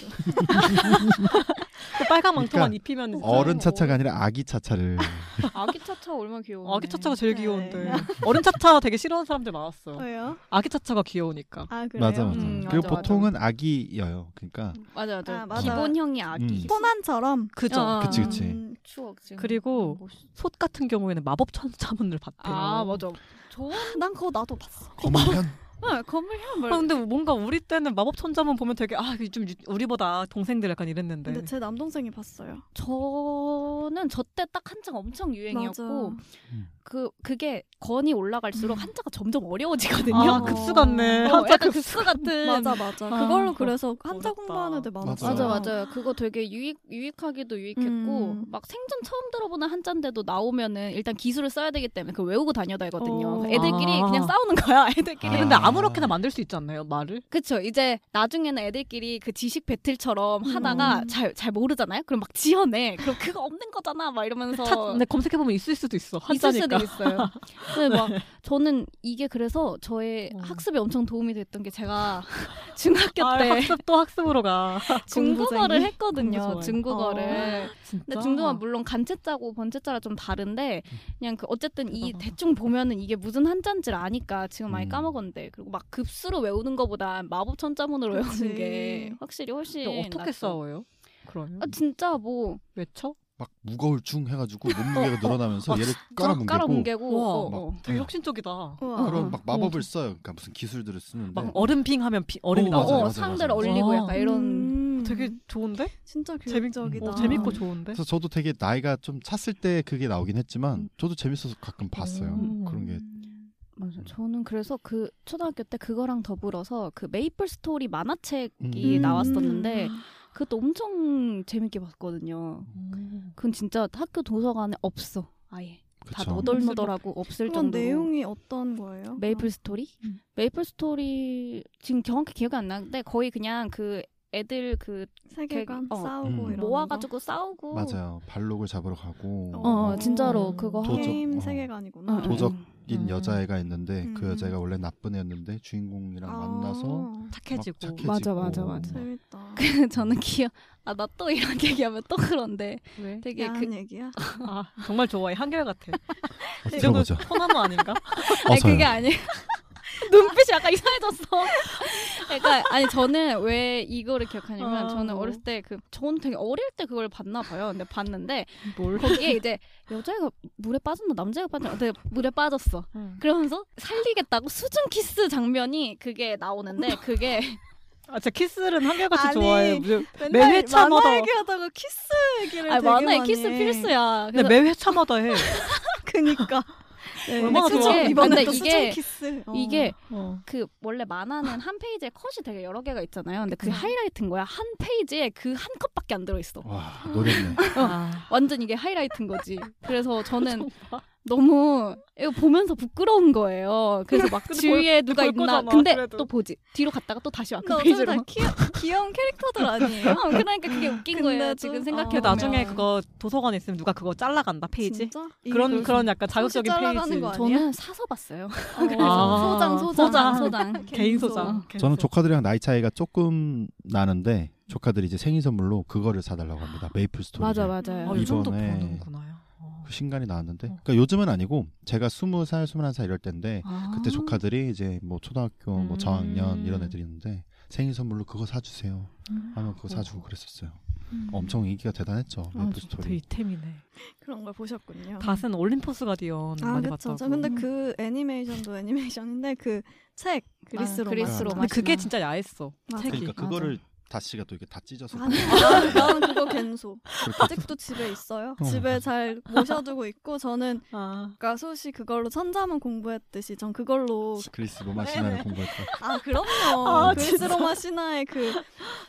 A: 그 빨간 망토만
D: 그러니까
A: 입히면 진짜
D: 어른 차차가 아니라 아기 차차를
B: 아기 차차 얼마나 귀여워
A: 아기 차차가 제일
C: 네.
A: 귀여운데 어른 차차 되게 싫어하는 사람들 많았어요.
C: 왜요?
A: 아기 차차가 귀여우니까.
C: 아 그래요?
D: 맞아 맞아.
B: 음,
D: 그리고
B: 맞아, 음.
D: 보통은 아기예요. 그러니까
B: 맞아 맞아,
C: 아, 맞아.
B: 기본형이 아기
D: 음.
C: 코난처럼
A: 그죠.
B: 어, 어,
D: 그치,
B: 어.
D: 그치.
C: 음,
B: 추억 지금
A: 그리고
B: 멋있-
A: 솥 같은 경우에는 마법 천사문을 봤대요.
D: 어.
B: 아 맞아 좋은
C: 난 그거 나도 봤어.
D: 검은 편
B: 네, 건물형
A: 아, 근데 뭔가 우리 때는 마법 천사문 보면 되게 아좀 우리보다 동생들 약간 이랬는데.
C: 근데 제 남동생이 봤어요.
B: 저는 저 때 딱 한창 엄청 유행이었고
C: 맞아.
B: 그 그게 건이 올라갈수록 한자가 점점 어려워지거든요.
A: 아그
C: 어.
A: 급수 같네.
B: 어, 약간 급수 같은
C: 맞아 맞아.
A: 아,
C: 그걸로 그래서 한자
A: 어렵다.
C: 공부하는 애들 많았어.
B: 맞아 맞아요. 그거 되게 유익 유익하기도 유익했고
C: 음.
B: 막 생전 처음 들어보는 한자인데도 나오면은 일단 기술을 써야 되기 때문에 그 외우고 다녀다
A: 어.
B: 이거든요. 그러니까 애들끼리
A: 아.
B: 그냥 싸우는 거야. 애들끼리.
A: 아, 근데 아무렇게나 만들 수 있지 않나요 말을?
B: 그쵸. 이제 나중에는 애들끼리 그 지식 배틀처럼 하다가
C: 음.
B: 잘 잘 모르잖아요. 그럼 막 지어내. 그럼 그거 없는 거잖아. 막 이러면서
A: 차, 근데 검색해 보면 있을 수도 있어. 한자니까.
B: 어. 있을 수도 있어요. 근데 막 저는 이게 그래서 저의
A: 어.
B: 학습에 엄청 도움이 됐던 게 제가 중학교
A: 아유,
B: 때
A: 학습 또 학습으로 가.
B: 중국어를
C: 공부쟁이?
A: 공부
B: 했거든요.
A: 좋아요.
B: 중국어를.
A: 진짜?
B: 네. 근데 중국어 물론 간체자고 번체자라 좀 다른데 그냥 그 어쨌든 이
A: 대단하다.
B: 대충 보면은 이게 무슨 한자인지를 아니까 지금 많이
D: 음.
B: 까먹었는데 그리고 막 급수로 외우는 거보다 마법 천자문으로
C: 그치.
B: 외우는 게 확실히 훨씬
A: 근데 어떻게
B: 낫죠.
A: 싸워요? 그러면
B: 아 진짜 뭐
A: 외쳐?
D: 막 무거울 중 해가지고 몸무게가 늘어나면서 얘를
B: 쫙
D: 깔아뭉개고 음,
B: 깔아뭉개고
A: 우와.
B: 어, 어.
A: 되게 혁신적이다.
C: 우와.
D: 그런 막 마법을
A: 어.
D: 써요. 그러니까 무슨 기술들을 쓰는데
A: 막 얼음 핑 하면 비, 얼음이
D: 어,
A: 나오잖아요.
B: 어,
D: 맞아요, 맞아요,
B: 상대를
D: 맞아요.
B: 얼리고
A: 와.
B: 약간 이런
C: 음.
A: 되게 좋은데?
C: 진짜
A: 재밌-
C: 교육적이다. 음.
A: 어, 재밌고 좋은데?
D: 그래서 저도 되게 나이가 좀 찼을 때 그게 나오긴 했지만 저도 재밌어서 가끔 봤어요.
A: 음.
D: 그런 게
B: 맞아요. 저는 그래서 그 초등학교 때 그거랑 더불어서 그 메이플 스토리 만화책이
D: 음.
B: 나왔었는데 그것도 엄청 재밌게 봤거든요.
A: 음.
B: 그건 진짜 학교 도서관에 없어. 아예 다
D: 그쵸.
B: 너덜너덜하고 없을
C: 그런
B: 정도로.
C: 내용이 어떤 거예요?
B: 메이플 스토리?
A: 음.
B: 메이플 스토리 지금 정확히 기억이 안 나는데 거의 그냥 그 애들 그
C: 세계관
B: 어.
C: 싸우고
D: 음.
C: 뭐 이런
B: 모아가지고 싸우고
D: 맞아요. 발록을 잡으러 가고
C: 어.
B: 어, 어, 진짜로
A: 음.
B: 그거
C: 거.
D: 도적,
B: 하고
C: 게임
D: 어.
C: 세계관이구나.
B: 어, 어.
D: 도적
A: 음.
D: 인 여자애가 있는데 그
C: 음.
D: 여자애가 원래 나쁜 애였는데 주인공이랑
C: 아,
D: 만나서 막
A: 착해지고.
D: 착해지고
H: 맞아, 맞아, 맞아.
C: 재밌다.
B: 저는 기억 아 나 또 이런 얘기하면 또 그런데
A: 왜?
B: 되게
C: 야한
B: 그
C: 얘기야.
A: 아, 정말 좋아해. 한결같아.
D: 어,
A: 이 정도
D: 들어보자.
A: 소나무 아닌가?
B: 아니
D: 어서요.
B: 그게 아니에요. 눈빛이 약간 이상해졌어. 그러니까 아니 저는 왜 이거를 기억하냐면
A: 아,
B: 저는
A: 뭐.
B: 어렸을 때 그 저는 되게 어릴 때 그걸 봤나 봐요. 근데 봤는데
A: 뭘.
B: 거기에 이제 여자애가 물에 빠졌나 남자애가 빠졌나 근데 물에 빠졌어. 그러면서 살리겠다고 수중 키스 장면이 그게 나오는데 그게
A: 아, 진짜 키스는 한결같이
C: 아니,
A: 좋아해. 무슨-
C: 맨날
A: 매 회차마다.
C: 만화 얘기하다가 키스 얘기를
B: 아
C: 되게
B: 만화의
C: 많이
B: 키스
C: 해.
B: 필수야.
A: 근데 매 회차마다 해.
C: 그니까. 네.
A: 얼마나
C: 수정,
A: 좋아.
C: 이번에
B: 근데
C: 또
B: 이게-
C: 수정 키스. 어.
B: 이게
A: 어.
B: 그 원래 만화는 한 페이지에 컷이 되게 여러 개가 있잖아요. 근데
A: 음.
B: 그게 하이라이트인 거야. 한 페이지에 그 한 컷밖에 안 들어 있어.
D: 와 노렸네.
A: 아.
B: 완전 이게 하이라이트인 거지. 그래서 저는 너무 이거 보면서 부끄러운 거예요. 그래서 막
A: 근데
B: 주위에 누가
A: 볼
B: 있나.
A: 거잖아,
B: 근데
A: 그래도.
B: 또 보지. 뒤로 갔다가 또 다시 와.
C: 근데
B: 그
C: 어차피
B: 페이지로.
C: 다 귀여, 귀여운 캐릭터들 아니에요?
B: 어, 그러니까 그게 웃긴 거예요.
C: 근데도-
B: 지금
A: 그
B: 생각해 보면.
A: 나중에 그거 도서관에 있으면 누가 그거 잘라간다 페이지.
C: 아, 진짜?
A: 그런
C: 어.
A: 그런 약간
C: 손짓
A: 자극적인
C: 잘라가는
A: 페이지.
C: 거 아니야?
B: 저는 사서 봤어요.
A: 아.
B: 그 소장, 어, 소장,
A: 소장.
B: 소장,
A: 개인
C: 아,
A: 소장. 개인 소장.
D: 저는 조카들이랑 나이 차이가 조금 나는데 조카들이 이제 생일 선물로 그거를 사달라고 합니다. 메이플 스토리.
B: 맞아,
A: 아,
B: 맞아요.
D: 이번-
A: 요즘도
D: 이번에
A: 보는구나요. 어.
D: 그 신간이 나왔는데
A: 어.
D: 그러니까 요즘은 아니고 제가 스무 살 스물한 살 이럴 때인데
B: 아.
D: 그때 조카들이 이제 뭐 초등학교 뭐
A: 음.
D: 저학년 이런 애들이 있는데 생일 선물로 그거 사주세요 하면 그거 사주고 그랬었어요
B: 음.
D: 엄청 인기가 대단했죠
A: 아,
D: 메이플
A: 진짜
D: 스토리
A: 이템이네.
C: 그런 걸 보셨군요.
A: 닷은 올림포스 가디언
C: 아,
A: 많이
C: 그쵸.
A: 봤다고.
C: 저 근데 그 애니메이션도 애니메이션인데 그 책 그리스로
B: 아, 그리스
D: 로마.
A: 근데 그게
B: 로마시나.
A: 진짜 야했어.
C: 맞아.
A: 책이.
D: 그러니까 그거를 다씨가 또 이렇게 다 찢어서
C: 아니 네. 나는, 나는 그거 겐소
D: 그렇게
C: 아직도 집에 있어요.
D: 어.
C: 집에 잘 모셔두고 있고 저는
A: 아.
C: 가수시 그걸로 천자문 공부했듯이 전 그걸로
D: 그리스 뭐 로마 신화를 공부했죠
C: 아 그럼요
A: 아,
C: 그리스 로마 신화의 그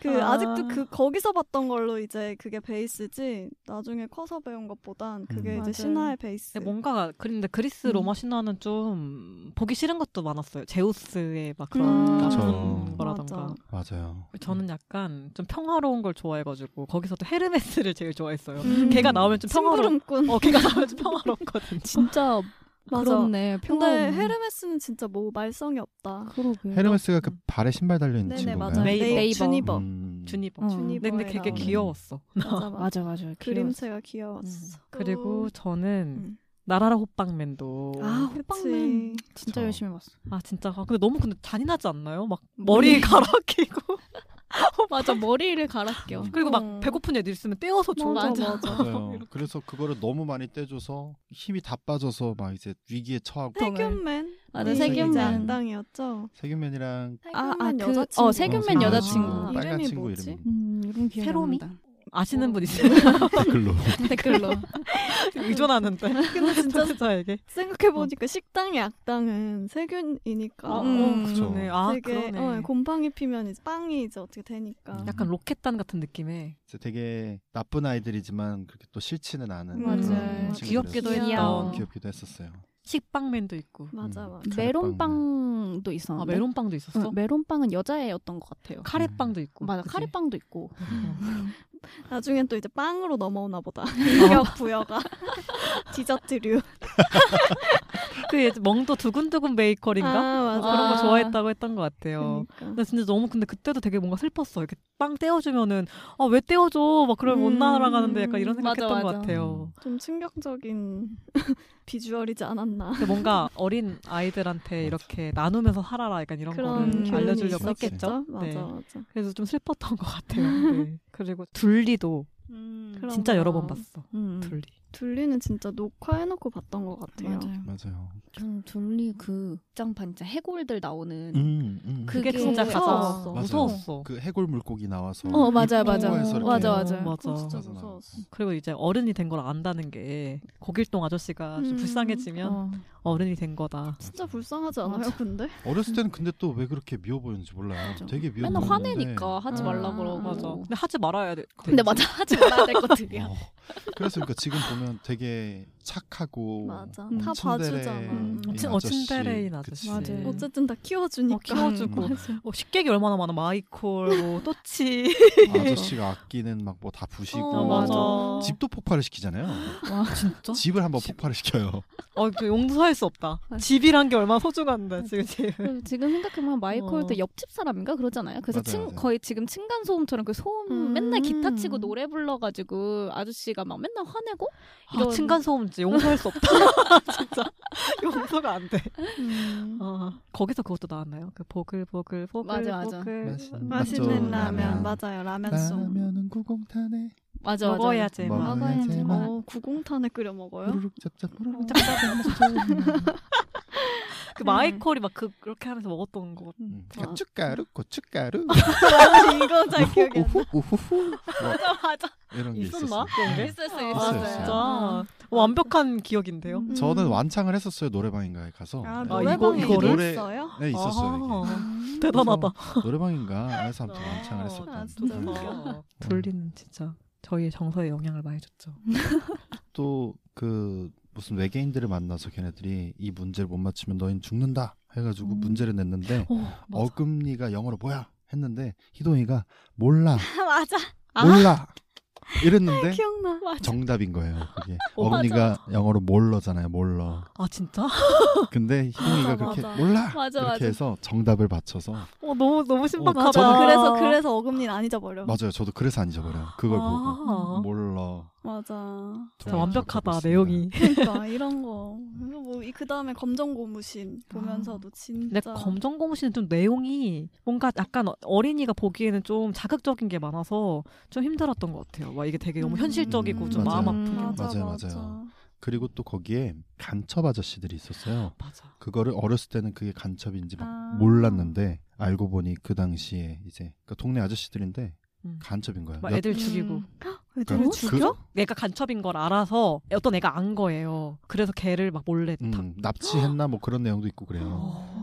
C: 그
A: 아.
C: 아. 직도그 거기서 봤던 걸로 이제 그게 베이스지 나중에 커서 배운 것보단 그게
D: 음.
C: 이제
B: 맞아요.
C: 신화의 베이스
A: 근데 네, 뭔가 그런데 그리스
C: 음.
A: 로마 신화는 좀 보기 싫은 것도 많았어요. 제우스의 막
C: 음.
A: 그런 나쁜
D: 그쵸.
A: 거라던가.
C: 맞아.
D: 맞아요
A: 저는 약간 좀 평화로운 걸 좋아해가지고 거기서도 헤르메스를 제일 좋아했어요.
C: 음.
A: 걔가 나오면 좀 평화로.
C: 심부름꾼
A: 어, 걔가 나오면 좀 평화롭거든요.
B: 진짜
C: 맞아.
B: 그렇네.
C: 근데
B: 평범한.
C: 헤르메스는 진짜 뭐 말썽이 없다
B: 그러게요.
D: 헤르메스가 그 발에 신발 달려있는
C: 네네
D: 친구인가요?
A: 맞아요.
C: 네이버,
B: 네이버.
C: 주니버
D: 음,
A: 주니버.
B: 어.
A: 근데,
C: 주니버
A: 근데 걔게
C: 나오는.
A: 귀여웠어.
C: 맞아 맞아
B: 맞아, 맞아.
C: 그림체가
A: 음.
C: 귀여웠어
A: 그리고 저는
C: 음.
A: 나라라 호빵맨도
C: 아
A: 아,
C: 호빵맨
B: 진짜
D: 저-
B: 열심히 봤어.
A: 진짜 아, 근데 너무 근데 잔인하지 않나요? 막
C: 음.
A: 머리 갈아 끼고
B: 맞아, 머리를 갈아 껴.
A: 그리고
C: 어.
A: 막 배고픈 애들 있으면 떼어서 줘.
B: 맞아,
A: 맞아.
B: 맞아.
D: 맞아요 그래서 그거를 너무 많이 떼줘서 힘이 다 빠져서 막 이제 위기에 처하고
C: 세균맨 네,
B: 맞아, 네,
C: 이
D: 세균맨.
C: 이제 악당이었죠
D: 세균맨이랑
B: 아,
C: 세균맨
B: 그-
C: 여자친구
B: 어, 세균맨
D: 어,
B: 여자친구.
D: 아, 빨간
C: 이름이
D: 친구
C: 뭐지?
D: 이름이
B: 음, 이런 기억이
A: 세로미?
B: 안 난다.
A: 아시는 분 있어요?
D: 댓글로
B: 댓글로.
A: 의존하는데. 근데
C: 아, 진짜-
A: 아, 진짜에게.
C: 생각해보니까 식당의 악당은 세균이니까
A: 아,
C: 음.
A: 어, 그러네. 아,
C: 되게
A: 그러네. 음.
C: 어, 곰팡이 피면 이제 빵이 이제 어떻게 되니까
A: 약간 로켓단 같은 느낌에
D: 이제 되게 나쁜 아이들이지만 그렇게 또 싫지는 않은
C: 음. 맞아요.
D: 그런 친구들이었어요.
A: 귀엽기도
B: 했던.
D: 어, 귀엽기도 했었어요.
A: 식빵맨도 있고.
C: 맞아 맞아
B: 메론빵도 있었는데.
C: 음.
A: 아, 메론빵도 있었어?
B: 응, 메론빵은 여자애였던 것 같아요.
A: 카레빵도 있고.
B: 맞아,
A: 그치?
B: 카레빵도 있고.
C: 나중엔 또 이제 빵으로 넘어오나 보다 인격 부여가 디저트류
A: 그 예전 멍도 두근두근 베이커리인가? 뭐
C: 아 맞아
A: 그런 거
B: 아.
A: 좋아했다고 했던 것 같아요.
C: 그러니까.
A: 나 진짜 너무 근데 그때도 되게 뭔가 슬펐어. 이렇게 빵 떼어주면은 아 왜 떼어줘? 막 그러면
C: 음.
A: 못 날아가는데 약간 이런
B: 맞아,
A: 생각했던 것
B: 맞아.
A: 같아요.
C: 좀 충격적인 비주얼이지 않았나
A: 근데 뭔가 어린 아이들한테 이렇게 나누면서 살아라 약간 이런
C: 그런
A: 거를
C: 교훈이
A: 알려주려고
C: 있었겠죠?
A: 했겠죠.
C: 맞아
A: 네.
C: 맞아 음,
A: 그래서 좀 슬펐던 것 같아요. 네. 그리고 둘리도
C: 그런
A: 진짜
C: 거.
A: 여러 번 봤어.
B: 음.
A: 둘리.
C: 둘리는 진짜 녹화해놓고 봤던 것 같아요.
H: 맞아요.
D: 음, 맞아요.
H: 전 둘리 그 짱판 진짜 해골들 나오는
D: 음, 음.
H: 그-
A: 그게
H: 그게
A: 진짜
H: 무서워.
A: 가장
D: 맞아요.
A: 무서웠어.
D: 그 해골 물고기 나와서
H: 어 맞아요 맞아요
D: 통과해서 이렇게
H: 맞아 맞아
A: 어, 맞아.
C: 그거 진짜
D: 맞아, 맞아.
C: 무서웠어.
A: 그리고 이제 어른이 된 걸 안다는 게 고길동 아저씨가 좀
C: 음.
A: 불쌍해지면
H: 어.
A: 어른이 된 거다.
C: 진짜 불쌍하지 않아요, 근데?
D: 어렸을 때는 근데 또 왜 그렇게 미워 보였는지 몰라요. 되게 미워.
B: 맨날
D: 보였는데.
B: 화내니까 하지
H: 음.
B: 말라 그러고.
A: 맞아. 근데 하지 말아야 돼.
B: 근데 맞아 하지 말아야 될 것들이야.
D: 어. 그래서 그러니까 지금 보면 되게 착하고
C: 맞아.
D: 음,
C: 다
D: 친데레인 음,
C: 봐주잖아.
A: 친- 어,
D: 아저씨.
A: 친데레인 아저씨. 음.
D: 그치.
H: 맞아요.
C: 어쨌든 다 키워주니까.
A: 네. 어, 키워주고. 어, 식객이 얼마나 많아. 마이콜, 뭐, 또치.
D: 뭐 아저씨가 아끼는 막 뭐 다 부시고
C: 어, 맞아.
D: 집도 폭발을 시키잖아요.
A: 와, 진짜?
D: 집을 한번 폭발을 시켜요.
A: 어, 그 용서할 수 없다. 집이란 게 얼마나 소중한데, 지금 집.
B: 그리고 지금 생각해보면 마이콜도
A: 어.
B: 옆집 사람인가 그러잖아요. 그래서
D: 맞아요,
B: 층-
D: 맞아요.
B: 거의 지금 층간 소음처럼 그 소음
H: 음.
B: 맨날 기타 치고 노래 불러가지고 아저씨가 막 맨날 화내고
A: 아, 층간소음인지 용서할 수 없다. 진짜. 용서가 안 돼.
H: 음.
A: 어, 거기서 그것도 나왔나요? 그 보글보글, 보글보글.
B: 맞아, 맞아.
D: 맛있는
C: 맛있는 라면.
D: 라면.
C: 맞아요, 라면송.
D: 구공탄에
B: 맞아 맞아.
A: 먹어야지.
D: 맞아.
A: 막.
D: 먹어야
H: 먹어야지
D: 제맛.
H: 막
C: 어, 구공탄에 끓여 먹어요?
D: 푸르륵 짭짭
A: 음.
D: 푸르륵
A: 그 마이콜이 막 그, 그렇게 하면서 먹었던 것 같아.
D: 음. 고춧가루 고춧가루
C: 이거 잘 기억이 안 나.
D: 우후 우후 맞아
A: 맞아.
D: 이런 게
A: 있었나?
D: 있었어요.
A: 그런 게?
B: 있었어요.
A: 아,
D: 있어요,
A: 진짜.
B: 아.
A: 완벽한 기억인데요.
C: 음.
D: 저는 완창을 했었어요 노래방인가에 가서.
C: 아,
D: 네.
A: 이거-
C: 노래방에
A: 이거를? 그
C: 이거 있어요?
D: 네 있었어요. 이게.
A: 아, 대단하다.
D: 노래방인가 해서 아무튼
A: 아,
D: 완창을 했었다.
C: 아, 진짜 웃겨.
A: 둘리는 진짜 저희의 정서에 영향을 많이 줬죠.
D: 또그 무슨 외계인들을 만나서 걔네들이 이 문제를 못 맞히면 너희는 죽는다
C: 음.
D: 해가지고 문제를 냈는데
A: 오,
D: 어금니가 영어로 뭐야 했는데 희동이가 몰라
C: 맞아.
B: 아.
D: 몰라 이랬는데
C: 기억나.
D: 정답인 거예요. 그게
A: 어,
D: 어금니가 영어로 몰러잖아요. 몰러.
A: 아 진짜?
D: 근데 희동이가 그렇게
C: 맞아. 아,
D: 몰라
B: 맞아,
D: 이렇게
B: 맞아.
D: 해서 정답을 맞춰서
A: 어 너무 너무
D: 신박하다.
C: 맞아. 그래서 그래서 어금니는 안 잊어버려.
D: 맞아요. 저도 그래서 안 잊어버려요. 그걸
C: 아.
D: 보고
A: 뭐,
D: 몰러.
C: 맞아.
A: 진짜 완벽하다
D: 정답을
A: 내용이.
C: 네, 그러니까 이런 거. 그래서 뭐그 다음에 검정 고무신 보면서도 진짜.
A: 아, 근데 검정 고무신은 좀 내용이 뭔가 약간 어- 어린이가 보기에는 좀 자극적인 게 많아서 좀 힘들었습니다. 힘들었던 것 같아요. 와 이게 되게 너무
C: 음.
A: 현실적이고 좀
D: 맞아요.
A: 마음 아프게.
D: 맞아. 맞아요, 맞아요. 그리고 또 거기에 간첩 아저씨들이 있었어요.
A: 맞아.
D: 그거를 어렸을 때는 그게 간첩인지 막
C: 아.
D: 몰랐는데 알고 보니 그 당시에 이제 그 동네 아저씨들인데
A: 음.
D: 간첩인 거예요.
A: 막
D: 여-
A: 애들 죽이고
C: 애들을
D: 그-
C: 죽여?
A: 내가 간첩인 걸 알아서 어떤 애가 안 거예요. 그래서 걔를 막 몰래
D: 음,
A: 다.
D: 납치했나 뭐 그런 내용도 있고 그래요.
A: 어.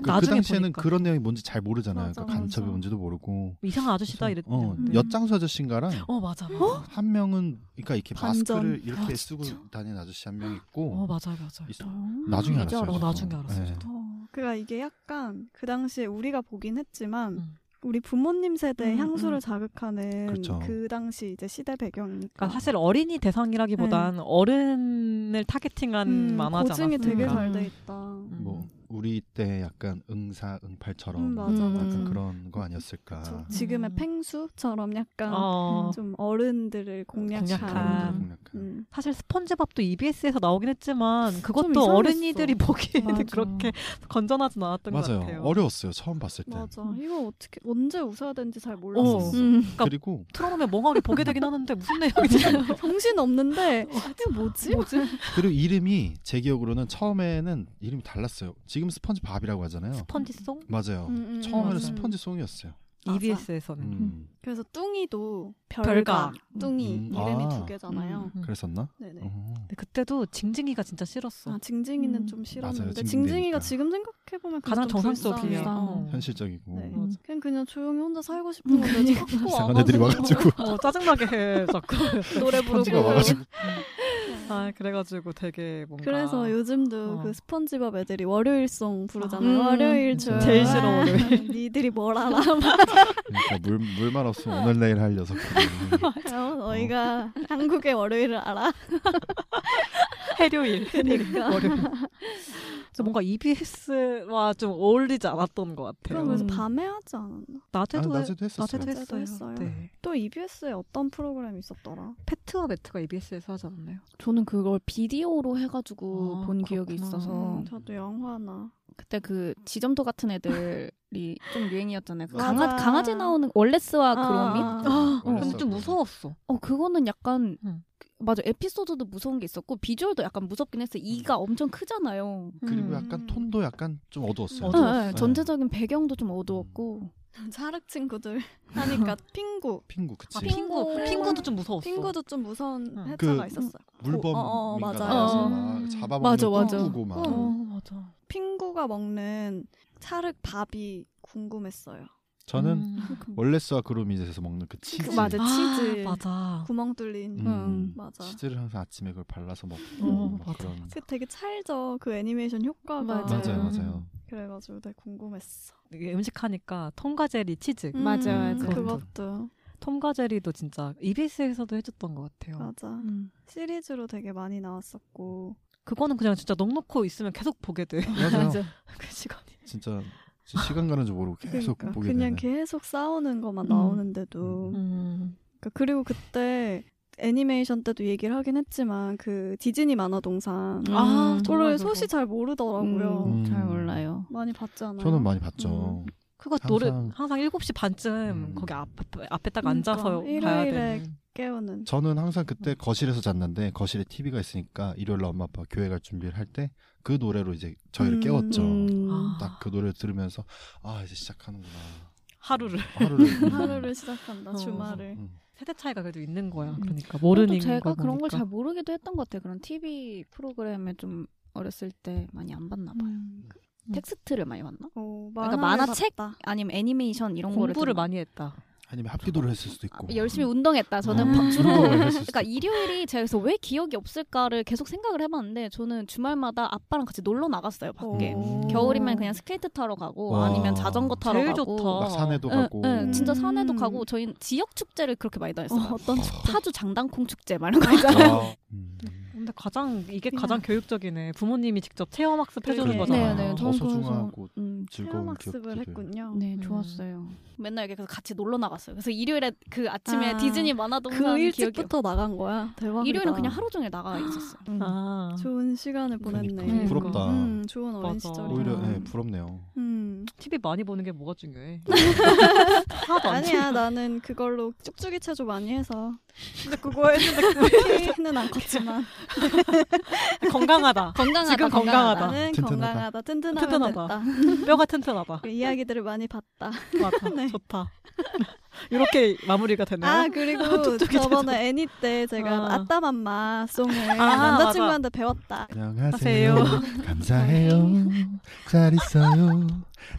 D: 그, 그
A: 나중에
D: 당시에는
A: 보니까.
D: 그런 내용이 뭔지 잘 모르잖아요.
C: 맞아,
D: 그 간첩이
C: 맞아.
D: 뭔지도 모르고.
A: 이상한 아저씨다 이랬.
D: 어,
A: 음.
D: 엿장수 아저씨인가랑
A: 어 맞아.
D: 한 명은 그러니까 이렇게
C: 반전.
D: 마스크를 이렇게 쓰고 다니는 아저씨 한 명
A: 아, 어
D: 있고
A: 맞아요 맞아요.
D: 있- 나중에
A: 이제
D: 알았어요.
A: 알아,
D: 저도.
A: 나중에 알았어요,
D: 네.
C: 어, 그러니까 이게 약간 그 당시에 우리가 보긴 했지만
A: 음.
C: 우리 부모님 세대
A: 음,
C: 향수를
A: 음.
C: 자극하는
D: 그렇죠.
C: 그 당시 이제 시대 배경이니까
A: 그러니까 사실 어린이 대상이라기보단 어른을 타겟팅한
C: 음,
A: 만화잖아.
C: 고증이 되게
A: 그러니까.
C: 잘
H: 음.
C: 돼 있다.
D: 뭐 우리 때 약간 응사응팔처럼
C: 음, 맞아,
H: 음.
D: 약간
C: 맞아.
D: 그런 거 아닐까.
C: 저 지금의
A: 음.
C: 팽수처럼 약간
A: 어.
C: 좀 어른들을 공략한.
A: 공략한.
C: 음.
A: 사실 스펀지밥도 EBS에서 나오긴 했지만 그것도
C: 이상했어.
A: 어른이들이 보기에는
H: 맞아.
A: 그렇게 건전하진 않았던 것
D: 맞아요.
A: 같아요.
D: 어려웠어요. 처음 봤을 때.
C: 맞아. 이거 어떻게 언제 웃어야 되는지 잘 몰랐어.
B: 음.
D: 그리고
A: 틀어놓으면 뭐 멍하게 보게 되긴 하는데 무슨 내용이지?
C: 정신 없는데
A: 어.
C: 이게 뭐지?
D: 그리고 이름이 제 기억으로는 처음에는 이름이 달랐어요. 지금 스펀지 밥이라고 하잖아요.
A: 스펀지송? E
D: 맞아요.
C: 음, 음,
D: 처음에는
A: 맞아요.
D: 스펀지 송이었어요.
C: 맞아.
A: EBS에서는.
D: 음.
C: 그래서 뚱이도
A: 별가.
C: 별가, 뚱이
D: 음.
C: 이름이
D: 아.
C: 두 개잖아요.
A: 음.
D: 그랬었나?
C: 네네.
D: 어.
A: 근데 그때도 징징이가 진짜 싫었어.
C: 아 징징이는
H: 음.
C: 좀 싫었는데
D: 맞아요,
C: 징징이가
D: 징징이니까.
C: 지금 생각해 보면
A: 가장 정상적이야.
H: 불쌍해.
A: 어.
D: 현실적이고
C: 네.
A: 맞아.
C: 그냥 그냥 조용히 혼자 살고 싶은 건데 자꾸
D: 이상한 애들이 와가지고
A: 어, 짜증나게 해 자꾸.
B: 노래
D: 스펀지가 와가지고
A: 아 그래가지고 되게 뭔가.
C: 그래서 요즘도
A: 어.
C: 그 스펀지밥 애들이 월요일송 부르잖아요.
B: 음.
C: 월요일 줄
D: 제일 싫어,
A: 월요일.
C: 니들이 뭘 알아?
D: 그러니까 물 물만 없으면 오늘 내일 할 녀석.
C: 어, 너희가 한국의 월요일을 알아?
A: 해료일. 월요일. 그래서 뭔가 EBS와 좀 어울리지 않았던 것 같아요.
C: 그럼 그래서
H: 음.
C: 밤에 하지 않았나?
A: 낮에도
D: 아, 낮에도 했었어요.
A: 낮에도
C: 낮에도
A: 했어요.
C: 했어요.
A: 네.
C: 또 EBS에 어떤 프로그램이 있었더라?
A: 패트와 매트가 EBS에서 하지 않나요?
H: 저는 그걸 비디오로 해가지고
A: 아,
H: 본 기억이
A: 그렇구나.
H: 있어서
C: 음, 저도 영화나
H: 그때 그 지점도 같은 애들이 좀 유행이었잖아요. 그
C: 맞아.
H: 강아 강아지 나오는 월레스와
C: 아,
H: 그로미.
D: 네.
C: 아, 아.
H: 어,
A: 근데 좀 무서웠어.
H: 어 그거는 약간
A: 음.
H: 그-
B: 맞아 에피소드도 무서운 게 있었고 비주얼도 약간 무섭긴 했어. 요 이가 엄청 크잖아요.
D: 그리고
B: 음.
D: 약간 톤도 약간 좀 어두웠어요.
B: 네, 네, 전체적인
A: 음.
B: 배경도 좀 어두웠고
C: 샤륵 친구들 하니까 핑구
D: 핑구 그치.
A: 아, 핑구
C: 핑구.
A: 핑구도 좀 무서웠어.
C: 핑구도 좀 무서운
A: 응.
C: 회차가
D: 그-
C: 있었어요.
D: 물범
C: 어, 어, 어,
D: 민가라서
B: 맞아요.
D: 막 잡아먹는
B: 맞아, 맞아.
D: 핑구고 막.
A: 어
C: 음.
A: 맞아.
C: 핑구가 먹는 샤륵 밥이 궁금했어요.
D: 저는
A: 음.
D: 원레스와 그루미에서 먹는 그 치즈.
C: 그 맞아 치즈
A: 아, 맞아.
C: 구멍 뚫린
D: 음.
B: 음.
C: 맞아.
D: 치즈를 항상 아침에 그걸 발라서 먹고
A: 어,
D: 막
A: 맞아,
D: 그런.
C: 그 되게 찰져 그 애니메이션 효과가
B: 맞아요.
D: 맞아요,
A: 음.
D: 맞아요.
C: 그래가지고 되게 궁금했어.
A: 이게 음식하니까 통과제리 치즈.
C: 음,
B: 맞아, 맞아.
C: 그것도
A: 통과제리도 진짜 EBS에서도 해줬던 것 같아요.
C: 맞아.
B: 음.
C: 시리즈로 되게 많이 나왔었고
A: 그거는 그냥 진짜 넋 놓고 있으면 계속 보게 돼.
D: 맞아요.
A: 그 시간이.
D: 진짜 진짜 시간 가는 줄 모르고 계속
C: 그러니까
D: 보게
C: 그냥
D: 되는.
C: 계속 싸우는 것만
A: 음.
C: 나오는데도
A: 음.
C: 그러니까 그리고 그때 애니메이션 때도 얘기를 하긴 했지만 그 디즈니 만화 동상
A: 아, 저- 정말 그거.
C: 저를 소시 잘 모르더라고요.
B: 음, 잘
D: 음.
B: 몰라요.
C: 많이 봤잖아요.
D: 저는 많이 봤죠.
A: 그거
D: 항상-
A: 노래 항상 7시 반쯤
D: 음.
A: 거기 앞, 앞에 딱
C: 그러니까,
A: 앉아서 봐야
C: 일요일에
A: 되는.
C: 깨우는
D: 저는 항상 그때 거실에서 잤는데 거실에 TV가 있으니까 일요일 날 엄마 아빠 교회 갈 준비를 할 때 그 노래로 이제 저희를
C: 음,
D: 깨웠죠.
C: 음.
A: 아.
D: 딱 그 노래를 들으면서 아 이제 시작하는구나. 음,
A: 하루를.
D: 하루를
C: 하루를 시작한다
A: 어.
C: 주말을.
D: 음.
A: 세대 차이가 그래도 있는 거야.
B: 음.
A: 그러니까
B: 그래도
A: 모르는
B: 제가
A: 걸
B: 그런 걸
A: 보니까.
B: 잘 모르기도 했던 것 같아요. 그런 TV 프로그램에 좀 어렸을 때 많이 안 봤나 봐요.
A: 음.
B: 그 텍스트를 많이 봤나?
C: 오,
B: 그러니까
C: 만화를
B: 만화책?
C: 봤다.
B: 아니면 애니메이션 이런 거를
A: 공부를
B: 좀
A: 많이 했다.
D: 아니면 합기도를 했을 수도
B: 아,
D: 있고.
B: 열심히 운동했다. 저는
A: 음.
B: 바- 주로
D: 운동을 했을 수도
B: 그러니까 일요일이 제가 그래서 왜 기억이 없을까를 계속 생각을 해봤는데 저는 주말마다 아빠랑 같이 놀러 나갔어요 밖에.
D: 오.
C: 음.
B: 겨울이면 그냥 스케이트 타러 가고
D: 와.
B: 아니면 자전거 타러
A: 제일
B: 가고.
A: 좋다.
D: 막 산에도
B: 응,
D: 가고.
B: 응, 어, 진짜
C: 음.
B: 산에도 가고 저희 지역 축제를 그렇게 많이
C: 어,
B: 다녔어요.
C: 어떤
B: 타주 장단콩 축제 막 이런 거 있잖아요.
D: 아, 음.
A: 근데 가장 이게 가장 교육적이네. 부모님이 직접 체험 학습
D: 그렇죠.
A: 해주는
C: 그러니까.
A: 거잖아요.
B: 네, 네, 저는
D: 어소중하고
B: 음,
D: 즐거운
C: 학습을
D: 기억들을.
C: 했군요.
B: 네,
A: 음.
B: 좋았어요. 맨날 이렇게 그래서 같이 놀러 나갔어요. 그래서 일요일에 그 아침에
C: 아,
B: 디즈니 만화 동산
C: 그
B: 기억이
C: 일찍부터 나간 거야.
B: 없-
C: 대박이다.
B: 일요일은 그냥 하루 음. 종일 나가 있었어요. 음.
A: 아.
C: 좋은 시간을 보냈네.
D: 그러니까, 부럽다.
C: 음, 좋은 어린
A: 맞아.
C: 시절.
D: 오히려 예, 부럽네요.
C: 음.
A: TV 많이 보는 게 뭐가 중요해? 하나도 안
C: 아니야 나는 그걸로 쭉쭉이 체조 많이 해서 근데 그거 했는데 그 피는 안 컸지만
A: 돼. 건강하다.
B: 건강하다.
A: 지금 건강하다.
C: 나는
D: 튼튼하다.
C: 건강하다 튼튼하면
A: 튼튼하다.
C: 됐다
A: 뼈가 튼튼하다.
C: 그 이야기들을 많이 봤다
A: 맞아.
C: 네.
A: 좋다. 이렇게 마무리가 네. 되나요?
C: 아 그리고
A: 쭉쭉이
C: 저번에 애니 때 제가
A: 어.
C: 아따맘마 송을 네,
A: 아,
C: 남자친구한테 배웠다
D: 안녕하세요.
A: 하세요. 네.
D: 감사해요.
A: 음.
D: 잘 있어요.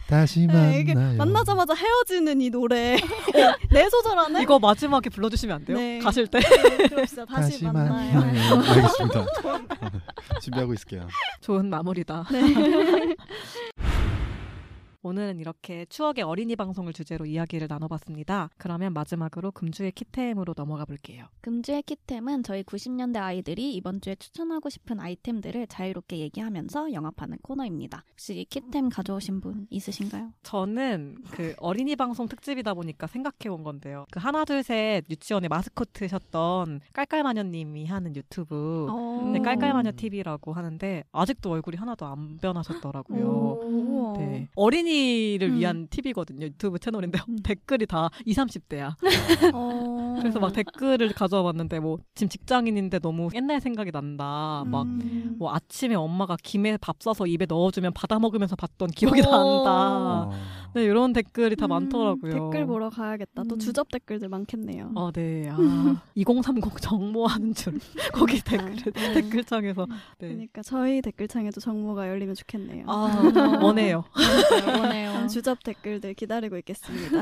D: 다시
C: 네, 이게
D: 만나요.
C: 만나자마자 헤어지는 이 노래 네, 내 소절 안에
A: 이거 마지막에 불러주시면 안 돼요?
C: 네.
A: 가실 때?
C: 그럽시다 다시,
D: 다시
C: 만나요
D: 만나요. 알겠습니다. 준비하고 있을게요.
A: 좋은 마무리다.
C: 네.
A: 오늘은 이렇게 추억의 어린이 방송을 주제로 이야기를 나눠봤습니다. 그러면 마지막으로 금주의 키템으로 넘어가 볼게요.
B: 금주의 키템은 저희 90년대 아이들이 이번 주에 추천하고 싶은 아이템들을 자유롭게 얘기하면서 영합하는 코너입니다. 혹시 이 키템 가져오신 분 있으신가요?
A: 저는 그 어린이 방송 특집이다 보니까 생각해 온 건데요. 그 하나 둘 셋 유치원의 마스코트셨던 깔깔마녀님이 하는 유튜브
C: 어.
A: 네,
B: 음.
A: 깔깔마녀 TV라고 하는데 아직도 얼굴이 하나도 안 변하셨더라고요.
C: 오.
A: 네. 어린이를
C: 어. 음.
A: 위한 TV거든요. 유튜브 채널인데 댓글이 다 20, 30대야.
C: 네. 어.
A: 그래서 막 댓글을 가져와 봤는데 뭐 지금 직장인인데 너무 옛날 생각이 난다. 막
C: 음.
A: 뭐 아침에 엄마가 김에 밥 싸서 입에 넣어주면 받아 먹으면서 봤던 기억이
B: 오.
A: 난다.
D: 어.
A: 네, 이런 댓글이 다
C: 음,
A: 많더라고요.
C: 댓글 보러 가야겠다. 또
B: 음.
C: 주접 댓글들 많겠네요.
A: 아, 네. 아, 2030 정모하는 줄. 거기 댓글,
C: 음.
A: 댓글창에서. 네.
C: 그러니까 저희 댓글창에도 정보가 열리면 좋겠네요.
A: 아, 원해요.
B: 원해요.
C: 주접 댓글들 기다리고 있겠습니다.